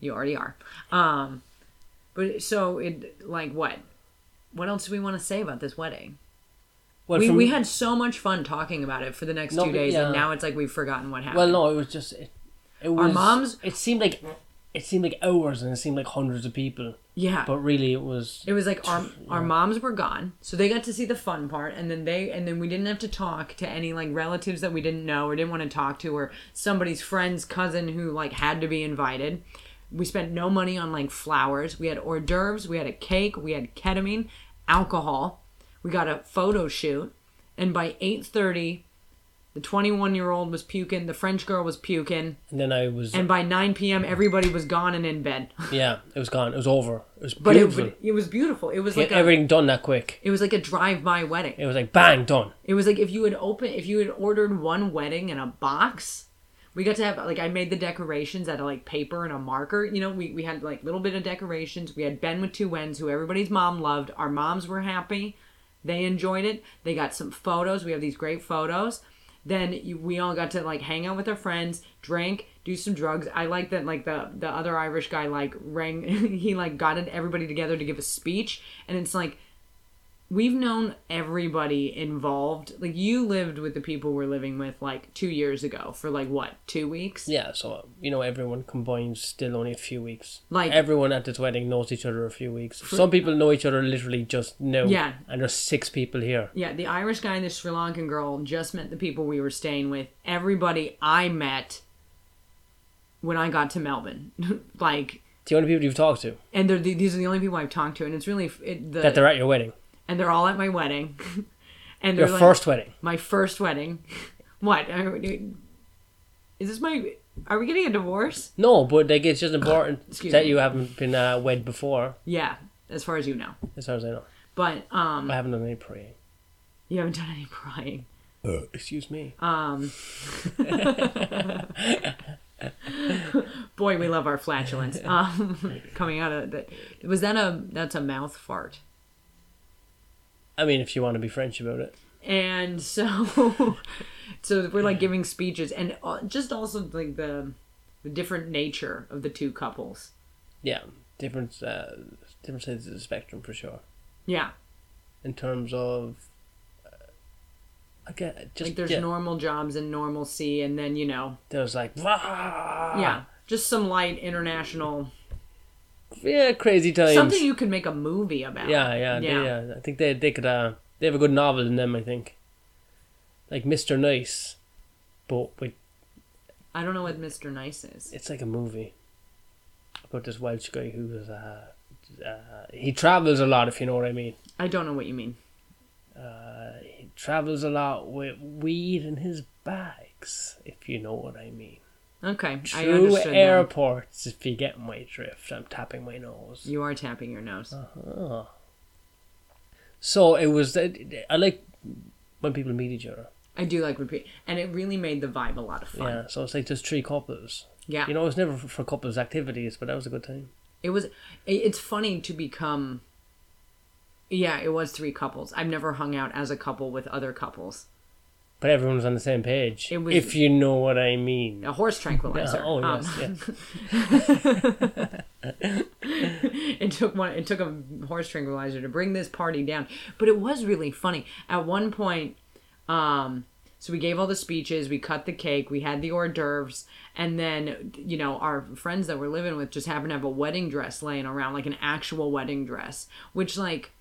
[SPEAKER 2] You already are. Um, but so it like what? What else do we want to say about this wedding?
[SPEAKER 1] well,
[SPEAKER 2] We,
[SPEAKER 1] from-
[SPEAKER 2] we had so much fun talking about it for the next
[SPEAKER 1] No,
[SPEAKER 2] two
[SPEAKER 1] but-
[SPEAKER 2] days, and
[SPEAKER 1] yeah.
[SPEAKER 2] now it's like we've forgotten what happened.
[SPEAKER 1] Well, no, it was just it. it was,
[SPEAKER 2] Our moms-
[SPEAKER 1] It seemed like it seemed like hours, and it seemed like hundreds of people.
[SPEAKER 2] yeah,
[SPEAKER 1] But really, it was
[SPEAKER 2] It was like our our moms were gone, so they got to see the fun part, and then they and then we didn't have to talk to any like relatives that we didn't know or didn't want to talk to, or somebody's friend's cousin who like had to be invited. We spent no money on like flowers. We had hors d'oeuvres. We had a cake. We had ketamine, alcohol. We got a photo shoot, and by eight thirty, The 21 year old was puking. The French girl was puking.
[SPEAKER 1] And then I was,
[SPEAKER 2] And by 9 p.m., everybody was gone and in bed.
[SPEAKER 1] yeah, it was gone. It was over. It was
[SPEAKER 2] But it,
[SPEAKER 1] beautiful.
[SPEAKER 2] but it was beautiful. It was
[SPEAKER 1] Get
[SPEAKER 2] like a,
[SPEAKER 1] everything done that quick.
[SPEAKER 2] it was like a drive-by wedding.
[SPEAKER 1] It was like bang done.
[SPEAKER 2] It was like if you had opened, if you had ordered one wedding in a box, we got to have like I made the decorations out of like paper and a marker. You know, we we had like little bit of decorations. We had Ben with two ends, who everybody's mom loved. Our moms were happy. They enjoyed it. They got some photos. We have these great photos. Then you, we all got to like hang out with our friends, drink, do some drugs. I like that like the the other Irish guy like rang he like got everybody together to give a speech and it's like we've known everybody involved. Like you lived with the people we're living with like two years ago for like what two weeks?
[SPEAKER 1] Yeah, so you know everyone combines still only a few weeks.
[SPEAKER 2] Like-
[SPEAKER 1] everyone at this wedding knows each other a few weeks. Some people know each other literally just now.
[SPEAKER 2] Yeah.
[SPEAKER 1] and there's six people here.
[SPEAKER 2] Yeah, the Irish guy and the Sri Lankan girl just met the people we were staying with. Everybody I met when I got to Melbourne, like,
[SPEAKER 1] The only people you've talked to
[SPEAKER 2] and they're the, these are the only people I've talked to, and it's really it, the
[SPEAKER 1] that they're at your wedding,
[SPEAKER 2] and they're all at my wedding, and they're
[SPEAKER 1] your
[SPEAKER 2] like,
[SPEAKER 1] first wedding.
[SPEAKER 2] my first wedding. what Are we- is this? My are we getting a divorce?
[SPEAKER 1] No, but like it's just important
[SPEAKER 2] Excuse
[SPEAKER 1] that
[SPEAKER 2] me.
[SPEAKER 1] you haven't been uh, wed before,
[SPEAKER 2] Yeah, as far as you know,
[SPEAKER 1] as far as I know.
[SPEAKER 2] but um.
[SPEAKER 1] I haven't done any praying.
[SPEAKER 2] You haven't done any prying.
[SPEAKER 1] Excuse me.
[SPEAKER 2] Um, boy, we love our flatulence. Um, coming out of that was that a that's a mouth fart.
[SPEAKER 1] I mean, if you want to be French about it,
[SPEAKER 2] And so, so we're like giving speeches, and uh, just also like the the different nature of the two couples.
[SPEAKER 1] yeah, different, uh, different sides of the spectrum for sure.
[SPEAKER 2] Yeah,
[SPEAKER 1] In terms of, uh, I get just
[SPEAKER 2] like there's
[SPEAKER 1] yeah,
[SPEAKER 2] normal jobs and normalcy, and then you know,
[SPEAKER 1] there's like "Rah!"
[SPEAKER 2] yeah, just some light international
[SPEAKER 1] yeah, crazy times.
[SPEAKER 2] something you could make a movie about.
[SPEAKER 1] Yeah, yeah, yeah. They, uh, I think they they could uh, they have a good novel in them. I think, like Mister Nice, but with
[SPEAKER 2] I don't know what Mr. Nice is.
[SPEAKER 1] it's like a movie about this Welsh guy who was uh, uh, he travels a lot. If you know what I mean,
[SPEAKER 2] I don't know what you mean.
[SPEAKER 1] uh, he travels a lot with weed in his bags. If you know what I mean.
[SPEAKER 2] Okay, I
[SPEAKER 1] True
[SPEAKER 2] understood. now.
[SPEAKER 1] airports. If you get my drift, I'm tapping my nose.
[SPEAKER 2] You are tapping your nose.
[SPEAKER 1] Oh. So it was. I like when people meet each other.
[SPEAKER 2] I do like repeat, and it really made the vibe a lot of fun.
[SPEAKER 1] Yeah, so it's like just three couples.
[SPEAKER 2] Yeah,
[SPEAKER 1] You know, it's never for, for couples activities, but that was a good time.
[SPEAKER 2] it was. it- It's funny to become. Yeah, it was three couples. I've never hung out as a couple with other couples.
[SPEAKER 1] But everyone was on the same page,
[SPEAKER 2] It was-
[SPEAKER 1] if you know what I mean.
[SPEAKER 2] A horse tranquilizer.
[SPEAKER 1] oh
[SPEAKER 2] Um,
[SPEAKER 1] yes, yeah.
[SPEAKER 2] it took one it took a horse tranquilizer to bring this party down but it was really funny at one point um so we gave all the speeches we cut the cake we had the hors d'oeuvres and then you know our friends that we're living with just happened to have a wedding dress laying around like an actual wedding dress which like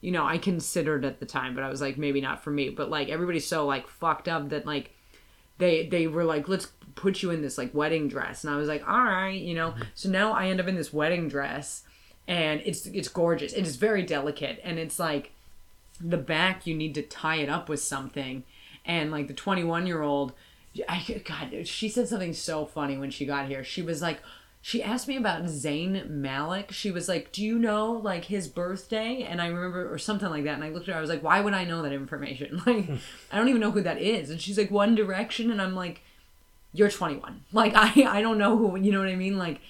[SPEAKER 2] you know i considered at the time but i was like maybe not for me but like everybody's so like fucked up that like they they were like let's put you in this like wedding dress and i was like all right you know so now i end up in this wedding dress and it's it's gorgeous it is very delicate and it's like the back you need to tie it up with something and like the 21 year old I, god she said something so funny when she got here she was like she asked me about Zayn Malik. She was like, "Do you know like his birthday?" And I remember or something like that. And I looked at her. I was like, "Why would I know that information? Like, I don't even know who that is." And she's like, "One Direction." And I'm like, "You're 21. Like, I I don't know who. You know what I mean? Like,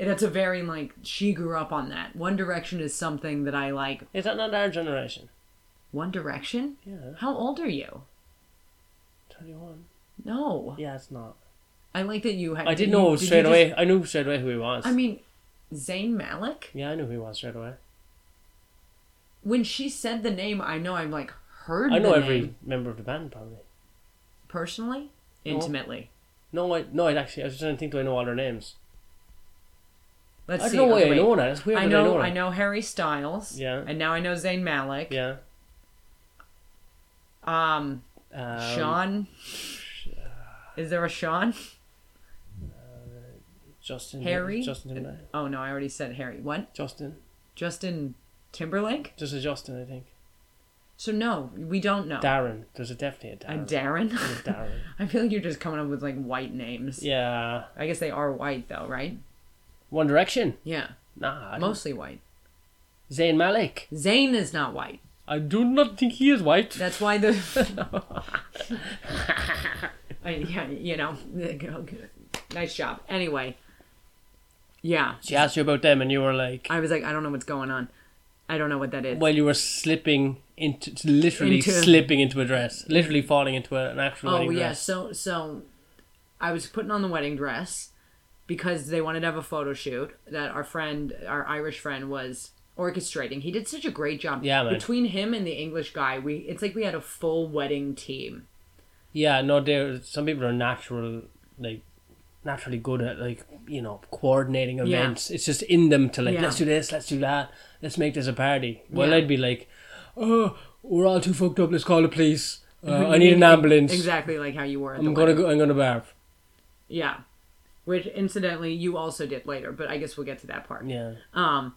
[SPEAKER 2] that's a very like she grew up on that. One Direction is something that I like
[SPEAKER 1] Is that not our generation?
[SPEAKER 2] one Direction?
[SPEAKER 1] Yeah.
[SPEAKER 2] How old are you?
[SPEAKER 1] Twenty-one.
[SPEAKER 2] No.
[SPEAKER 1] Yeah, it's not.
[SPEAKER 2] I like that you had.
[SPEAKER 1] I did
[SPEAKER 2] you-
[SPEAKER 1] know
[SPEAKER 2] you
[SPEAKER 1] straight
[SPEAKER 2] just-
[SPEAKER 1] away. I knew straight away who he was.
[SPEAKER 2] I mean, Zayn Malik?
[SPEAKER 1] yeah, I knew who he was straight away.
[SPEAKER 2] When she said the name, I know I'm like heard
[SPEAKER 1] I know
[SPEAKER 2] the
[SPEAKER 1] every
[SPEAKER 2] name
[SPEAKER 1] member of the band probably.
[SPEAKER 2] personally, intimately.
[SPEAKER 1] No, I no, I actually I was just trying to think. Do I know all their names?
[SPEAKER 2] Let's
[SPEAKER 1] I don't
[SPEAKER 2] see.
[SPEAKER 1] know why
[SPEAKER 2] okay,
[SPEAKER 1] I
[SPEAKER 2] wait.
[SPEAKER 1] know that. It's weird.
[SPEAKER 2] I
[SPEAKER 1] that
[SPEAKER 2] know,
[SPEAKER 1] that.
[SPEAKER 2] I know Harry Styles.
[SPEAKER 1] Yeah.
[SPEAKER 2] And now I know Zayn Malik.
[SPEAKER 1] Yeah.
[SPEAKER 2] Um,
[SPEAKER 1] Um,
[SPEAKER 2] Sean. Is there a Sean?
[SPEAKER 1] Justin.
[SPEAKER 2] Harry?
[SPEAKER 1] Justin. Timberlake.
[SPEAKER 2] Oh no, I already said Harry. What?
[SPEAKER 1] Justin.
[SPEAKER 2] Justin Timberlake?
[SPEAKER 1] Just a Justin, I think.
[SPEAKER 2] So no, we don't know.
[SPEAKER 1] Darren. There's a definitely Oh. a
[SPEAKER 2] a
[SPEAKER 1] Darren.
[SPEAKER 2] Darren.
[SPEAKER 1] There's a Darren.
[SPEAKER 2] I feel like you're just coming up with like white names.
[SPEAKER 1] Yeah.
[SPEAKER 2] I guess they are white though, right?
[SPEAKER 1] One Direction.
[SPEAKER 2] Yeah,
[SPEAKER 1] Nah. Most
[SPEAKER 2] mostly white.
[SPEAKER 1] Zayn Malik.
[SPEAKER 2] Zayn is not white.
[SPEAKER 1] I do not think he is white.
[SPEAKER 2] That's why the. I, yeah, you know. Nice job. Anyway. Yeah,
[SPEAKER 1] she asked you about them, and you were like,
[SPEAKER 2] I was like, I don't know what's going on. I don't know what that is.
[SPEAKER 1] while you were slipping into, literally
[SPEAKER 2] Into-
[SPEAKER 1] slipping into a dress, literally falling into a, an actual
[SPEAKER 2] Oh
[SPEAKER 1] wedding
[SPEAKER 2] yeah,
[SPEAKER 1] dress.
[SPEAKER 2] so so I was putting on the wedding dress because they wanted to have a photo shoot that our friend, our Irish friend, was orchestrating. He did such a great job.
[SPEAKER 1] Yeah, man.
[SPEAKER 2] Between him and the English guy, we it's like we had a full wedding team.
[SPEAKER 1] Yeah, no, there. Some people are natural, like naturally good at like you know coordinating events. It's just in them to like
[SPEAKER 2] Yeah.
[SPEAKER 1] let's do this, let's do that, let's make this a party. Well,
[SPEAKER 2] Yeah.
[SPEAKER 1] I'd be like, oh, we're all too fucked up. Let's call the police. Uh, I need an ambulance.
[SPEAKER 2] Exactly like how you were. At the
[SPEAKER 1] I'm gonna
[SPEAKER 2] wedding.
[SPEAKER 1] go. I'm gonna barf.
[SPEAKER 2] Yeah, which incidentally you also did later, but I guess we'll get to that part.
[SPEAKER 1] Yeah.
[SPEAKER 2] Um,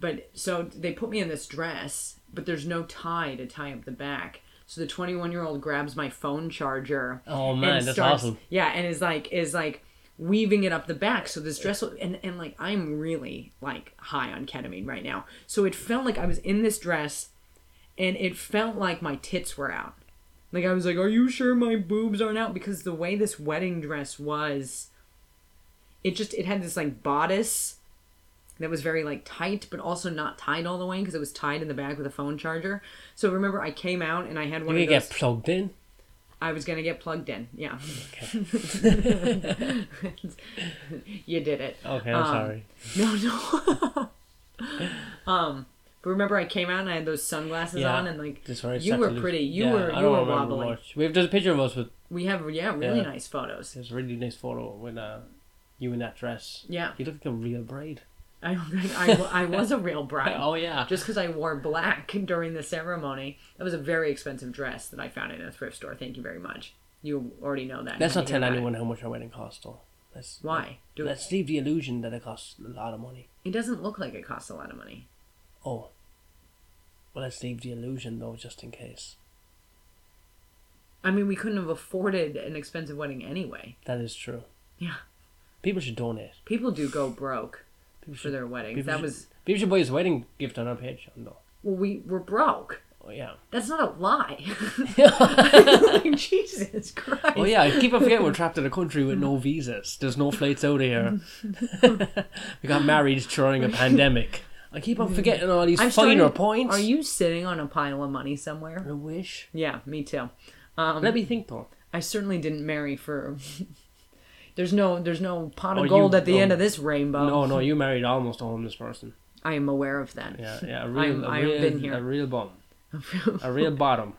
[SPEAKER 2] but so they put me in this dress, but there's no tie to tie up the back. So the 21 year old grabs my phone charger.
[SPEAKER 1] Oh, man,
[SPEAKER 2] and
[SPEAKER 1] that's awesome.
[SPEAKER 2] Yeah, and is like is like weaving it up the back. So this dress and and like I'm really like high on ketamine right now. So it felt like I was in this dress, and it felt like my tits were out. Like I was like, are you sure my boobs aren't out? Because the way this wedding dress was, it just it had this like bodice that was very like tight but also not tied all the way because it was tied in the back with a phone charger so remember i came out and i had one
[SPEAKER 1] You
[SPEAKER 2] of
[SPEAKER 1] get
[SPEAKER 2] those
[SPEAKER 1] plugged in.
[SPEAKER 2] i was gonna get plugged in yeah you did it
[SPEAKER 1] Okay, I'm sorry.
[SPEAKER 2] no no um but remember i came out and i had those sunglasses on and like
[SPEAKER 1] That's where I
[SPEAKER 2] you
[SPEAKER 1] start
[SPEAKER 2] were
[SPEAKER 1] to lose-
[SPEAKER 2] pretty you
[SPEAKER 1] Yeah,
[SPEAKER 2] were
[SPEAKER 1] I
[SPEAKER 2] you
[SPEAKER 1] don't
[SPEAKER 2] were
[SPEAKER 1] remember
[SPEAKER 2] wobbling
[SPEAKER 1] much. We have there's a picture of us with
[SPEAKER 2] we have yeah really
[SPEAKER 1] Yeah.
[SPEAKER 2] nice photos
[SPEAKER 1] there's a really nice photo with uh, you in that dress.
[SPEAKER 2] yeah
[SPEAKER 1] You look like a real bride.
[SPEAKER 2] i don't think i, wa- I was a real bride
[SPEAKER 1] Oh yeah.
[SPEAKER 2] just because I wore black during the ceremony. That was a very expensive dress that I found in a thrift store. Thank you very much. You already know that.
[SPEAKER 1] Let's
[SPEAKER 2] You
[SPEAKER 1] not
[SPEAKER 2] hear
[SPEAKER 1] tell
[SPEAKER 2] about it.
[SPEAKER 1] anyone how much our wedding cost, though. Let's,
[SPEAKER 2] Why? Do it.
[SPEAKER 1] Let's leave the illusion that it costs a lot of money.
[SPEAKER 2] It doesn't look like it costs a lot of money.
[SPEAKER 1] Oh. Well, let's leave the illusion, though, just in case.
[SPEAKER 2] I mean, we couldn't have afforded an expensive wedding anyway.
[SPEAKER 1] That is true.
[SPEAKER 2] Yeah.
[SPEAKER 1] People should donate.
[SPEAKER 2] People do go broke
[SPEAKER 1] People
[SPEAKER 2] for
[SPEAKER 1] should,
[SPEAKER 2] their weddings.
[SPEAKER 1] people
[SPEAKER 2] That
[SPEAKER 1] should-
[SPEAKER 2] was
[SPEAKER 1] people should buy his wedding gift on our Patreon, though.
[SPEAKER 2] well, we were broke.
[SPEAKER 1] Oh, yeah.
[SPEAKER 2] That's not a lie. Like, Jesus Christ.
[SPEAKER 1] Oh, yeah. I keep on forgetting we're trapped in a country with no visas. There's no flights out of here. we got married during a pandemic. I keep on forgetting all these
[SPEAKER 2] I'm
[SPEAKER 1] finer
[SPEAKER 2] starting-
[SPEAKER 1] points.
[SPEAKER 2] Are you sitting on a pile of money somewhere?
[SPEAKER 1] I wish.
[SPEAKER 2] Yeah, me too. Um,
[SPEAKER 1] Let me think, though.
[SPEAKER 2] I certainly didn't marry for. there's no there's no pot
[SPEAKER 1] Oh,
[SPEAKER 2] of
[SPEAKER 1] you-
[SPEAKER 2] gold at the
[SPEAKER 1] no.
[SPEAKER 2] end of this rainbow.
[SPEAKER 1] No, no, you married almost a homeless person.
[SPEAKER 2] I am aware of that.
[SPEAKER 1] Yeah, yeah, a real, a
[SPEAKER 2] I've
[SPEAKER 1] real,
[SPEAKER 2] been here.
[SPEAKER 1] a real bum, a real bottom,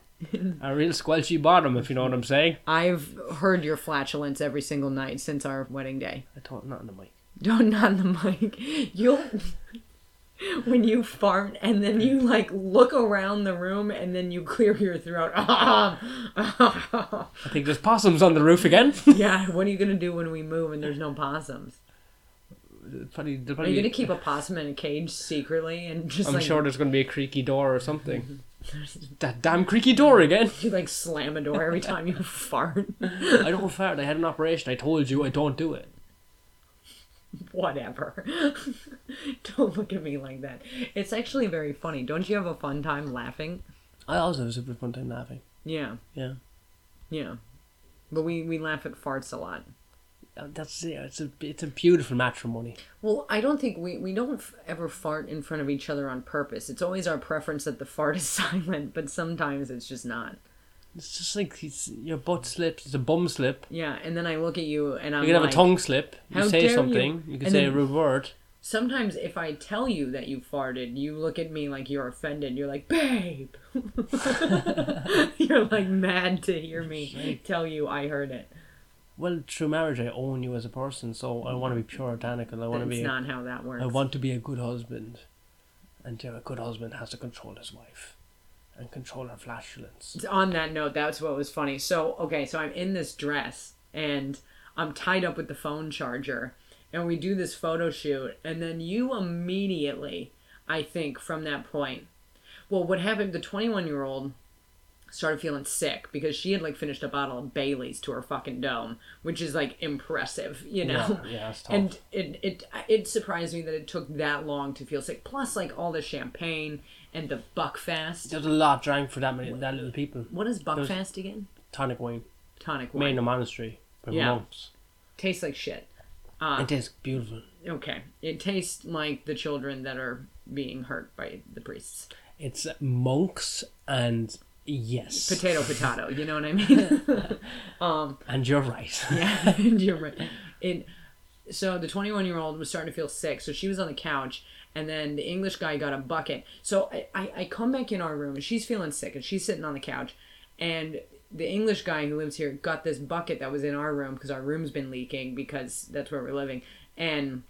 [SPEAKER 1] a real squelchy bottom. If you know what I'm saying.
[SPEAKER 2] I've heard your flatulence every single night since our wedding day.
[SPEAKER 1] I thought not in the mic.
[SPEAKER 2] Don't not on the mic. You'll when you fart and then you like look around the room and then you clear your throat.
[SPEAKER 1] I think there's possums on the roof again.
[SPEAKER 2] yeah, what are you gonna do when we move and there's no possums?
[SPEAKER 1] Funny, there'll
[SPEAKER 2] Are
[SPEAKER 1] probably
[SPEAKER 2] you
[SPEAKER 1] be-
[SPEAKER 2] gonna keep a possum in a cage secretly and just
[SPEAKER 1] I'm
[SPEAKER 2] like
[SPEAKER 1] sure there's going to be a creaky door or something. that damn creaky door again.
[SPEAKER 2] you like slam a door every time you fart?
[SPEAKER 1] I don't fart. I had an operation. I told you I don't do it.
[SPEAKER 2] whatever. Don't look at me like that. It's actually very funny. Don't you have a fun time laughing?
[SPEAKER 1] I also have a super fun time laughing.
[SPEAKER 2] Yeah,
[SPEAKER 1] Yeah,
[SPEAKER 2] yeah. But we, we laugh at farts a lot.
[SPEAKER 1] Uh, that's it. It's a it's a beautiful matrimony.
[SPEAKER 2] Well, I don't think we, we don't f- ever fart in front of each other on purpose. It's always our preference that the fart is silent, but sometimes it's just not.
[SPEAKER 1] It's just like it's, your butt slips. It's a bum slip.
[SPEAKER 2] Yeah, and then I look at you and I'm
[SPEAKER 1] You can have
[SPEAKER 2] like,
[SPEAKER 1] a tongue slip.
[SPEAKER 2] How
[SPEAKER 1] You say
[SPEAKER 2] dare you.
[SPEAKER 1] something. You, can
[SPEAKER 2] And
[SPEAKER 1] say
[SPEAKER 2] then-
[SPEAKER 1] a rude word.
[SPEAKER 2] sometimes if I tell you that you farted, you look at me like you're offended. You're like, babe. you're like mad to hear me tell you I heard it.
[SPEAKER 1] Well, through marriage, I own you as a person, so I want to be puritanical. I want to
[SPEAKER 2] That's
[SPEAKER 1] be.
[SPEAKER 2] not how that works.
[SPEAKER 1] I want to be a good husband, and a good husband has to control his wife, and control her flatulence.
[SPEAKER 2] On that note, that's what was funny. So, okay, so I'm in this dress and I'm tied up with the phone charger, and we do this photo shoot, and then you immediately, I think, from that point, well, what happened? The 21 year old started feeling sick because she had like finished a bottle of Bailey's to her fucking dome, which is like impressive, you know.
[SPEAKER 1] Yeah, yeah, that's tough.
[SPEAKER 2] And it it it surprised me that it took that long to feel sick. Plus, like all the champagne and the Buckfast.
[SPEAKER 1] There's a lot drank for that many that little people.
[SPEAKER 2] What is Buckfast again?
[SPEAKER 1] Tonic wine
[SPEAKER 2] Tonic
[SPEAKER 1] made
[SPEAKER 2] wine.
[SPEAKER 1] in a monastery by
[SPEAKER 2] Yeah.
[SPEAKER 1] monks.
[SPEAKER 2] Tastes like shit.
[SPEAKER 1] It tastes beautiful.
[SPEAKER 2] Okay, it tastes like the children that are being hurt by the priests.
[SPEAKER 1] It's monks and yes,
[SPEAKER 2] Potato, potato. You know what I mean?
[SPEAKER 1] and you're right.
[SPEAKER 2] and you're right. And so the 21 year old was starting to feel sick, so she was on the couch, and then the English guy got a bucket. So I, I, I come back in our room, and she's feeling sick, and she's sitting on the couch, and the English guy who lives here got this bucket that was in our room because our room's been leaking because that's where we're living, and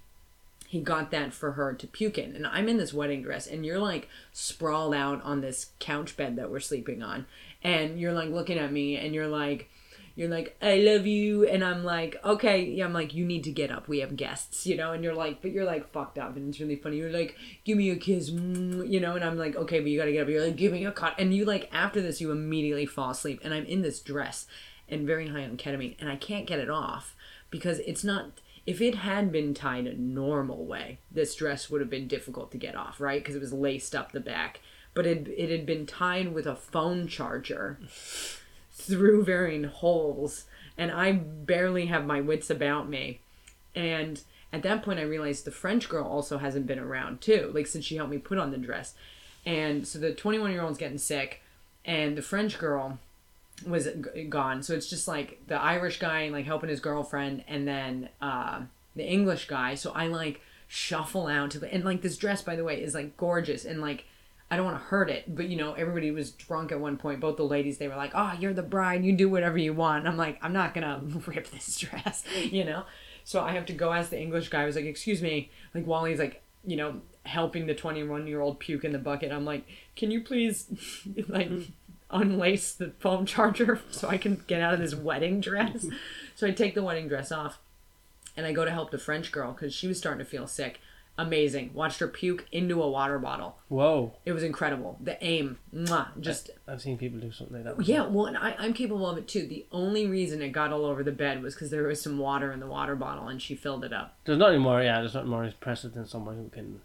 [SPEAKER 2] he got that for her to puke in. And I'm in this wedding dress, and you're like sprawled out on this couch bed that we're sleeping on. And you're like looking at me, and you're like, you're like, I love you. And I'm like, okay. Yeah, I'm like, you need to get up. We have guests, you know? And you're like, but you're like fucked up. And it's really funny. You're like, give me a kiss, mm, you know? And I'm like, okay, but you gotta get up. You're like, give me a cut. And you like, after this, you immediately fall asleep. And I'm in this dress and very high on ketamine, and I can't get it off because it's not if it had been tied a normal way, this dress would have been difficult to get off, right? Because it was laced up the back. But it, it had been tied with a phone charger through varying holes, and I barely have my wits about me. And at that point, I realized the French girl also hasn't been around, too, like since she helped me put on the dress. And so the 21 year old's getting sick, and the French girl was g- gone. So it's just like the Irish guy like helping his girlfriend, and then uh, the English guy. So I like shuffle out to the and like this dress, by the way, is like gorgeous and like I don't want to hurt it, but you know everybody was drunk at one point. Both the ladies they were like, "Oh, you're the bride. You do whatever you want." I'm like, I'm not gonna rip this dress, you know. So I have to go ask the English guy. I was like, "Excuse me," like while he's like, you know, helping the 21 year old puke in the bucket. I'm like, "Can you please, like." unlace the phone charger so I can get out of this wedding dress. so I take the wedding dress off and I go to help the French girl because she was starting to feel sick. Amazing. Watched her puke into a water bottle.
[SPEAKER 1] Whoa,
[SPEAKER 2] It was incredible. The aim, mwah, just
[SPEAKER 1] I've seen people do something like that.
[SPEAKER 2] yeah. Well, and I, I'm capable of it too. The only reason it got all over the bed was because there was some water in the water bottle and she filled it up.
[SPEAKER 1] There's nothing more. Yeah, there's nothing more impressive than someone who can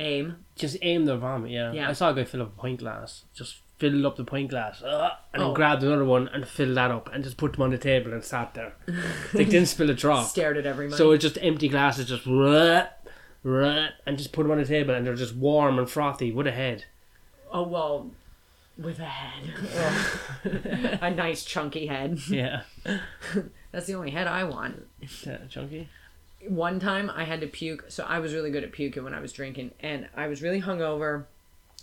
[SPEAKER 2] Aim.
[SPEAKER 1] just aim their vomit. Yeah.
[SPEAKER 2] Yeah.
[SPEAKER 1] I saw a guy fill up a pint glass. Just filled up the pint glass, uh, and then
[SPEAKER 2] Oh.
[SPEAKER 1] grabbed another one and filled that up, and just put them on the table and sat there. they didn't spill a drop.
[SPEAKER 2] Stared at everybody.
[SPEAKER 1] Oh. So it's just empty glasses, just ruh, ruh, and just put them on the table, and they're just warm and frothy. What a head!
[SPEAKER 2] oh well, with a head, a nice chunky head.
[SPEAKER 1] Yeah,
[SPEAKER 2] That's the only head I want.
[SPEAKER 1] yeah chunky.
[SPEAKER 2] one time I had to puke, so I was really good at puking when I was drinking, and I was really hungover.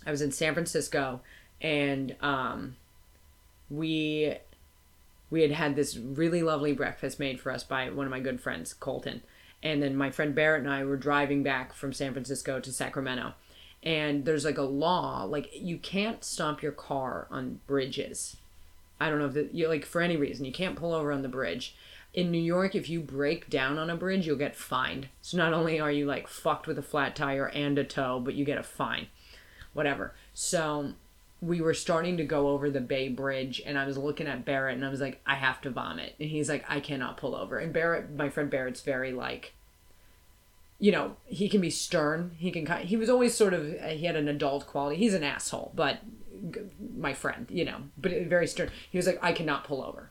[SPEAKER 2] I was in San Francisco, and um, we we had had this really lovely breakfast made for us by one of my good friends, Colton, and then my friend Barrett and I were driving back from San Francisco to Sacramento, and there's like a law, like you can't stop your car on bridges. I don't know if that you like for any reason you can't pull over on the bridge. In New York, if you break down on a bridge, you'll get fined. So not only are you like fucked with a flat tire and a tow, but you get a fine. Whatever. So we were starting to go over the Bay Bridge, and I was looking at Barrett, and I was like, I have to vomit, and he's like, I cannot pull over. And Barrett, my friend Barrett's very like you know, he can be stern. He can kind. He was always sort of. uh, He had an adult quality. He's an asshole, but g- my friend, you know, but very stern. He was like, I cannot pull over,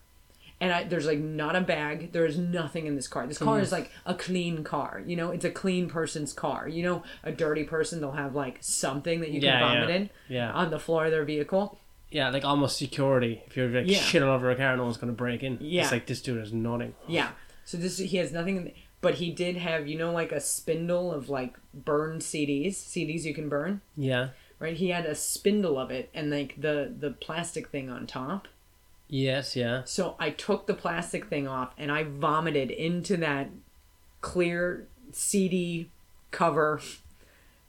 [SPEAKER 2] and I, there's like not a bag. There is nothing in this car. This
[SPEAKER 1] Hmm.
[SPEAKER 2] car is like a clean car. You know, it's a clean person's car. You know, a dirty person they'll have like something that you can
[SPEAKER 1] Yeah,
[SPEAKER 2] vomit
[SPEAKER 1] yeah.
[SPEAKER 2] in
[SPEAKER 1] Yeah.
[SPEAKER 2] on the floor of their vehicle.
[SPEAKER 1] Yeah, like almost security. If you're like
[SPEAKER 2] Yeah.
[SPEAKER 1] shitting all over a car, no one's gonna break in.
[SPEAKER 2] Yeah.
[SPEAKER 1] it's like this dude is nodding.
[SPEAKER 2] Yeah. So this he has nothing, in the, but he did have you know like a spindle of like burned CDs, CDs you can burn.
[SPEAKER 1] Yeah,
[SPEAKER 2] right he had a spindle of it and like the the plastic thing on top
[SPEAKER 1] yes, yeah.
[SPEAKER 2] so i took the plastic thing off and i vomited into that clear cd cover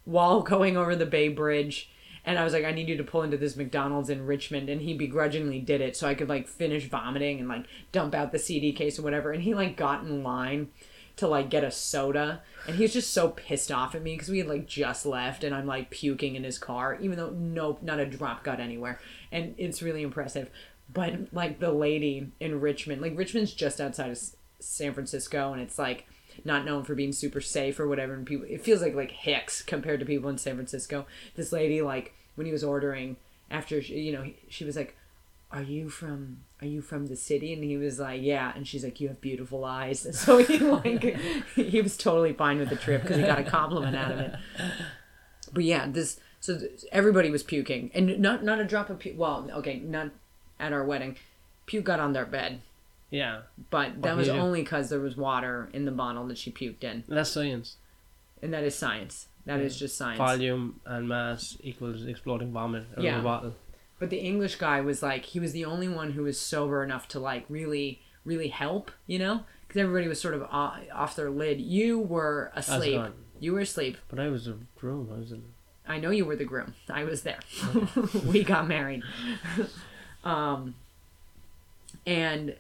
[SPEAKER 2] while going over the bay bridge and i was like i need you to pull into this mcdonald's in richmond and he begrudgingly did it so i could like finish vomiting and like dump out the cd case or whatever and he like got in line to like get a soda, and he was just so pissed off at me because we had like just left, and I'm like puking in his car, even though no, not a drop got anywhere, and it's really impressive. But like the lady in Richmond, like Richmond's just outside of S- San Francisco, and it's like not known for being super safe or whatever and people it feels like like hicks compared to people in san francisco this lady like when he was ordering after she, you know he- she was like are you from are you from the city and he was like yeah and she's like you have beautiful eyes so he like he was totally fine with the trip because he got a compliment out of it but yeah this so th- everybody was puking and not not a drop of puke well okay not at our wedding puke got on their bed
[SPEAKER 1] Yeah,
[SPEAKER 2] but that
[SPEAKER 1] do
[SPEAKER 2] was
[SPEAKER 1] you do?
[SPEAKER 2] only because there was water in the bottle that she puked in
[SPEAKER 1] that's science.
[SPEAKER 2] and that is science. That is just science.
[SPEAKER 1] Volume and mass equals exploding vomit out of
[SPEAKER 2] Yeah.
[SPEAKER 1] a bottle.
[SPEAKER 2] But the English guy was like, he was the only one who was sober enough to like really, really help, you know? Because everybody was sort of o- off their lid. You were asleep.
[SPEAKER 1] gone.
[SPEAKER 2] You were asleep.
[SPEAKER 1] But I was a groom. I was in.
[SPEAKER 2] I know you were the groom. I was there. we got married. um, and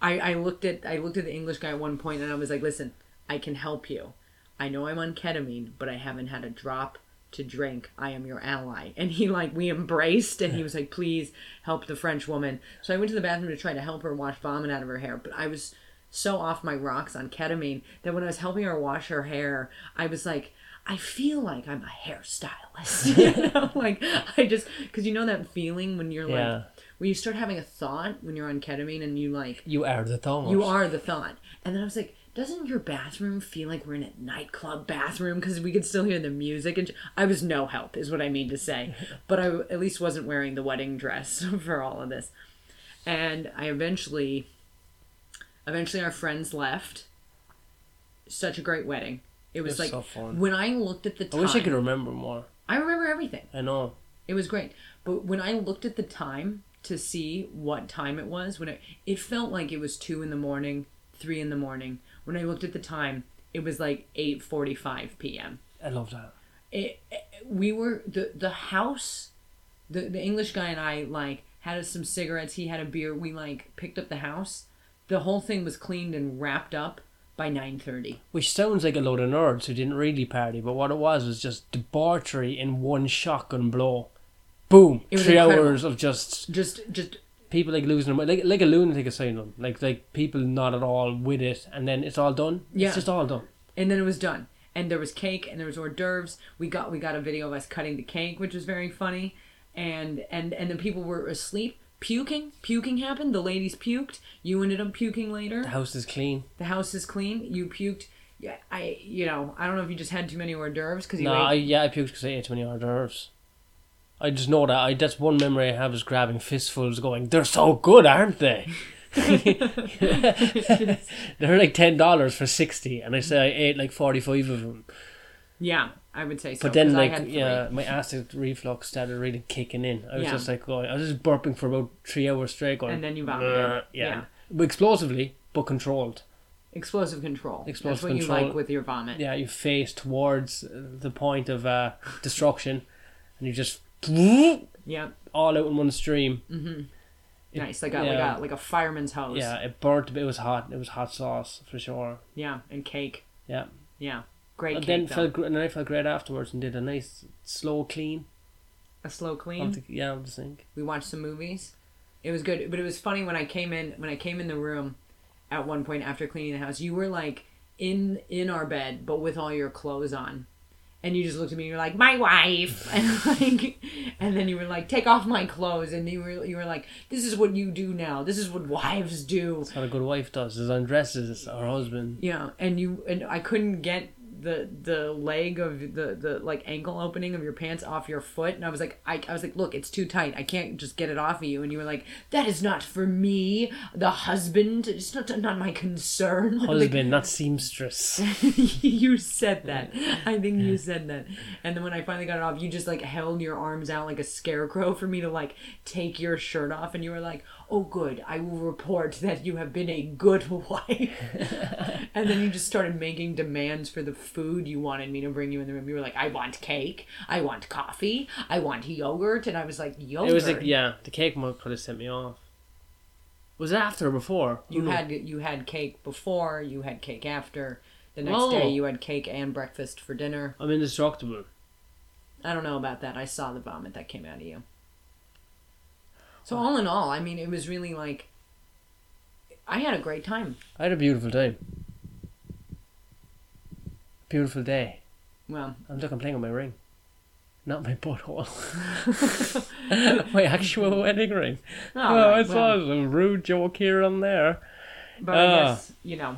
[SPEAKER 2] I, I looked at I looked at the English guy at one point and I was like, "Listen, I can help you. I know I'm on ketamine, but I haven't had a drop to drink. I am your ally." And he like we embraced and he was like, "Please help the French woman." So I went to the bathroom to try to help her wash vomit out of her hair, but I was so off my rocks on ketamine that when I was helping her wash her hair, I was like, I feel like I'm a hairstylist. you know, like I just because you know that feeling when you're
[SPEAKER 1] Yeah.
[SPEAKER 2] like when you start having a thought when you're on ketamine and you like
[SPEAKER 1] You are the Thomas.
[SPEAKER 2] you are the thought. And then I was like, doesn't your bathroom feel like we're in a nightclub bathroom because we could still hear the music? And sh- I was no help, is what I mean to say. But I at least wasn't wearing the wedding dress for all of this. And I eventually, eventually, our friends left. Such a great wedding. It was,
[SPEAKER 1] was
[SPEAKER 2] like
[SPEAKER 1] so fun.
[SPEAKER 2] when I looked at the
[SPEAKER 1] I
[SPEAKER 2] time.
[SPEAKER 1] wish I could remember more.
[SPEAKER 2] I remember everything.
[SPEAKER 1] I know.
[SPEAKER 2] It was great. But when I looked at the time to see what time it was, when it, it felt like it was two in the morning, three in the morning. When I looked at the time, it was like eight forty-five p.m.
[SPEAKER 1] I love that.
[SPEAKER 2] It, it- we were the the house, the the English guy and I like had us some cigarettes. He had a beer. We like picked up the house. The whole thing was cleaned and wrapped up by nine thirty.
[SPEAKER 1] Which sounds like a load of nerds who didn't really party, but what it was was just debauchery in one shotgun blow. Boom!
[SPEAKER 2] It was
[SPEAKER 1] Three
[SPEAKER 2] incredible.
[SPEAKER 1] hours of just
[SPEAKER 2] Just just
[SPEAKER 1] people like losing their mind, like like a lunatic asylum, like like people not at all with it, and then it's all done.
[SPEAKER 2] Yeah.
[SPEAKER 1] it's just all done.
[SPEAKER 2] and then it was done. And there was cake and there was hors d'oeuvres. We got we got a video of us cutting the cake, which was very funny. And and and the people were asleep, puking. Puking happened. The ladies puked. You ended up puking
[SPEAKER 1] The
[SPEAKER 2] later.
[SPEAKER 1] house is clean.
[SPEAKER 2] The house is clean. You puked. Yeah, I you know I don't know if you just had too many hors d'oeuvres because you
[SPEAKER 1] No, I,
[SPEAKER 2] ate.
[SPEAKER 1] yeah, I puked because I ate too many hors d'oeuvres. I just know that. I that's one memory I have is grabbing fistfuls, going, "They're so good, aren't they?" They're like ten dollars for sixty, and I say I ate like forty-five of them.
[SPEAKER 2] yeah I would say so.
[SPEAKER 1] But then,
[SPEAKER 2] 'cause I
[SPEAKER 1] like,
[SPEAKER 2] had three.
[SPEAKER 1] yeah, my acid reflux started really kicking in. I was
[SPEAKER 2] Yeah.
[SPEAKER 1] just like going, I was just burping for about three hours straight, going,
[SPEAKER 2] And then you vomited.
[SPEAKER 1] "Bleh," Uh, yeah.
[SPEAKER 2] Yeah.
[SPEAKER 1] But explosively, but controlled.
[SPEAKER 2] explosive control.
[SPEAKER 1] Explosive
[SPEAKER 2] That's what
[SPEAKER 1] control.
[SPEAKER 2] you like with your vomit.
[SPEAKER 1] Yeah, you face towards uh, the point of uh, destruction, and you just all
[SPEAKER 2] Yep.
[SPEAKER 1] out in one stream. Mm-hmm.
[SPEAKER 2] Nice. Like a
[SPEAKER 1] yeah.
[SPEAKER 2] like a like a fireman's hose.
[SPEAKER 1] Yeah, it burnt, but it was hot. It was hot sauce for sure.
[SPEAKER 2] Yeah. And cake.
[SPEAKER 1] Yeah.
[SPEAKER 2] Yeah. Great.
[SPEAKER 1] And
[SPEAKER 2] Cake,
[SPEAKER 1] then
[SPEAKER 2] though.
[SPEAKER 1] felt gr- and then I felt great afterwards and did a nice slow clean.
[SPEAKER 2] a slow clean.
[SPEAKER 1] Of the, yeah, of the sink.
[SPEAKER 2] we watched some movies. It was good, but it was funny when I came in when I came in the room at one point after cleaning the house. You were like in in our bed, but with all your clothes on, and you just looked at me. and You're like my wife, and like, and then you were like take off my clothes, and you were you were like this is what you do now. This is what wives do.
[SPEAKER 1] That's what a good wife does. Is undresses her husband.
[SPEAKER 2] Yeah, and you and I couldn't get the the leg of the the like ankle opening of your pants off your foot, and I was like, I, I was like, look, it's too tight. I can't just get it off of you. And you were like, that is not for me, the husband. It's not not my concern. Like,
[SPEAKER 1] husband, not seamstress.
[SPEAKER 2] you said that. I think you said that. And then when I finally got it off, you just like held your arms out like a scarecrow for me to like take your shirt off, and you were like, "Oh, good. I will report that you have been a good wife." and then you just started making demands for the food you wanted me to bring you in the room. You were like, "I want cake. I want coffee. I want yogurt," and I was like, "Yogurt."
[SPEAKER 1] It was like yeah, the cake mug could have sent me off. Was it after or before?
[SPEAKER 2] You
[SPEAKER 1] know.
[SPEAKER 2] had you had cake before, you had cake after. The next
[SPEAKER 1] Oh.
[SPEAKER 2] day you had cake and breakfast for dinner.
[SPEAKER 1] I'm indestructible.
[SPEAKER 2] I don't know about that. I saw the vomit that came out of you. So all in all, I mean, it was really like I had a great time.
[SPEAKER 1] I had a beautiful time. Beautiful day.
[SPEAKER 2] Well,
[SPEAKER 1] I'm not complaining on my ring. Not my butthole. my actual wedding ring.
[SPEAKER 2] all
[SPEAKER 1] Oh,
[SPEAKER 2] right,
[SPEAKER 1] I
[SPEAKER 2] well,
[SPEAKER 1] saw some rude joke here and there.
[SPEAKER 2] but I
[SPEAKER 1] Ah.
[SPEAKER 2] guess you know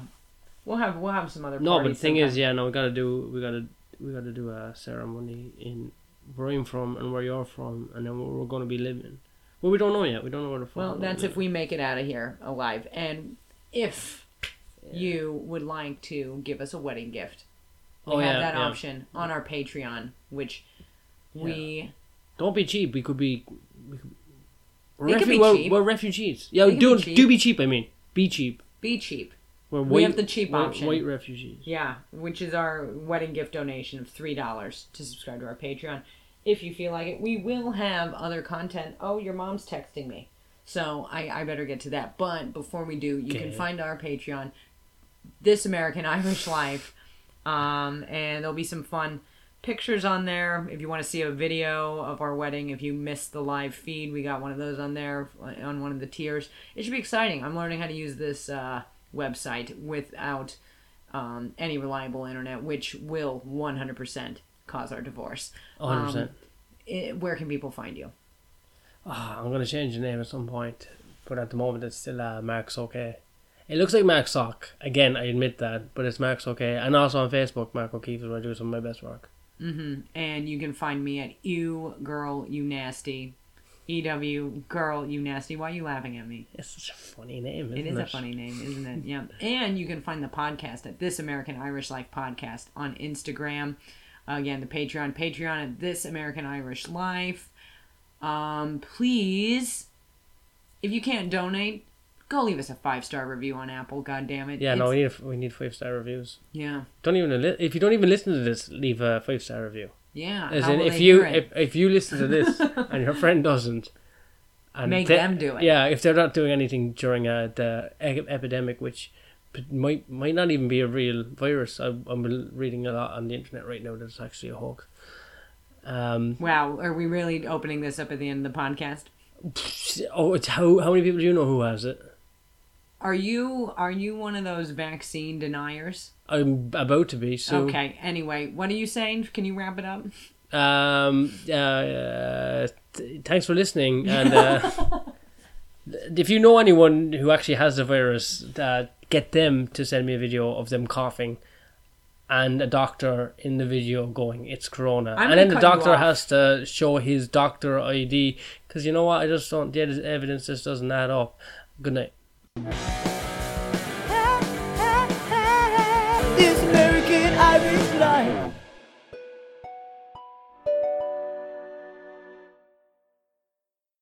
[SPEAKER 2] we'll have we'll have some other.
[SPEAKER 1] No, but the
[SPEAKER 2] parties
[SPEAKER 1] thing is,
[SPEAKER 2] sometime.
[SPEAKER 1] yeah, no, we gotta do, we gotta, we gotta do a ceremony in where I'm from and where you're from, and then where we're gonna be living. Well, we don't know yet. We don't know where the fuck.
[SPEAKER 2] Well,
[SPEAKER 1] we're
[SPEAKER 2] that's
[SPEAKER 1] gonna
[SPEAKER 2] if we make it out of here alive, and if you would like to give us a wedding
[SPEAKER 1] live.
[SPEAKER 2] gift, We
[SPEAKER 1] Oh
[SPEAKER 2] have
[SPEAKER 1] yeah,
[SPEAKER 2] that
[SPEAKER 1] yeah.
[SPEAKER 2] option on our Patreon, which we
[SPEAKER 1] Don't be cheap. We could be. We could, we're,
[SPEAKER 2] It could be
[SPEAKER 1] refu- we're,
[SPEAKER 2] cheap.
[SPEAKER 1] we're refugees. Yeah,
[SPEAKER 2] It could
[SPEAKER 1] do
[SPEAKER 2] be cheap.
[SPEAKER 1] do be cheap. I mean, be cheap.
[SPEAKER 2] be cheap.
[SPEAKER 1] We're white,
[SPEAKER 2] We have the cheap
[SPEAKER 1] we're
[SPEAKER 2] option.
[SPEAKER 1] White refugees.
[SPEAKER 2] Yeah, which is our wedding gift donation of three dollars to subscribe to our Patreon. If you feel like it, we will have other content. Oh, your mom's texting me, so I, I better get to that. But before we do, you can
[SPEAKER 1] Okay.
[SPEAKER 2] find our Patreon, This American Irish Life, um, and there'll be some fun pictures on there. If you want to see a video of our wedding, if you missed the live feed, we got one of those on there on one of the tiers. It should be exciting. I'm learning how to use this uh, website without um, any reliable internet, which will 100% cause our divorce.
[SPEAKER 1] One hundred
[SPEAKER 2] Um,
[SPEAKER 1] percent.
[SPEAKER 2] it- where can people find you?
[SPEAKER 1] Ah, I'm gonna change the name at some point, but at the moment it's still uh, Mark's okay. It looks like Mark Sock again. I admit that, but it's Mark's okay, and also on Facebook, Mark O'Keefe is where I do some of my best work.
[SPEAKER 2] hmm And you can find me at Ew Girl You Nasty. EW Girl You Nasty. Why are you laughing at me?
[SPEAKER 1] It's such a funny name. Isn't
[SPEAKER 2] It
[SPEAKER 1] it
[SPEAKER 2] is a funny name, isn't it? Yeah. And you can find the podcast at This American Irish Life Podcast on Instagram. Again, the Patreon, Patreon at This American Irish Life. Um, please, if you can't donate, go leave us a five star review on Apple. God damn it!
[SPEAKER 1] Yeah, no, we
[SPEAKER 2] It's-
[SPEAKER 1] need a, we need five star reviews.
[SPEAKER 2] yeah,
[SPEAKER 1] Don't even li- if you don't even listen to this, leave a five star review.
[SPEAKER 2] yeah.
[SPEAKER 1] As
[SPEAKER 2] How
[SPEAKER 1] in,
[SPEAKER 2] will
[SPEAKER 1] if
[SPEAKER 2] they
[SPEAKER 1] you
[SPEAKER 2] hear it?
[SPEAKER 1] if, if you listen to this and your friend doesn't, and
[SPEAKER 2] Make
[SPEAKER 1] they-
[SPEAKER 2] them do it.
[SPEAKER 1] Yeah, if they're not doing anything during uh, the e- epidemic, which p- might might not even be a real virus. I, I'm reading a lot on the internet right now that it's actually a hoax. Um,
[SPEAKER 2] wow, are we really opening this up at the end of the podcast?
[SPEAKER 1] oh, it's how how many people do you know who has it?
[SPEAKER 2] Are you are you one of those vaccine deniers?
[SPEAKER 1] I'm about to be. So
[SPEAKER 2] okay. Anyway, what are you saying? Can you wrap it up?
[SPEAKER 1] um, uh, th- thanks for listening. And uh, if you know anyone who actually has the virus, uh, get them to send me a video of them coughing and a doctor in the video going, it's corona.
[SPEAKER 2] I'm
[SPEAKER 1] and then the
[SPEAKER 2] gonna cut you
[SPEAKER 1] doctor
[SPEAKER 2] off.
[SPEAKER 1] has to show his doctor ID because you know what? I just don't, the evidence just doesn't add up. Good night.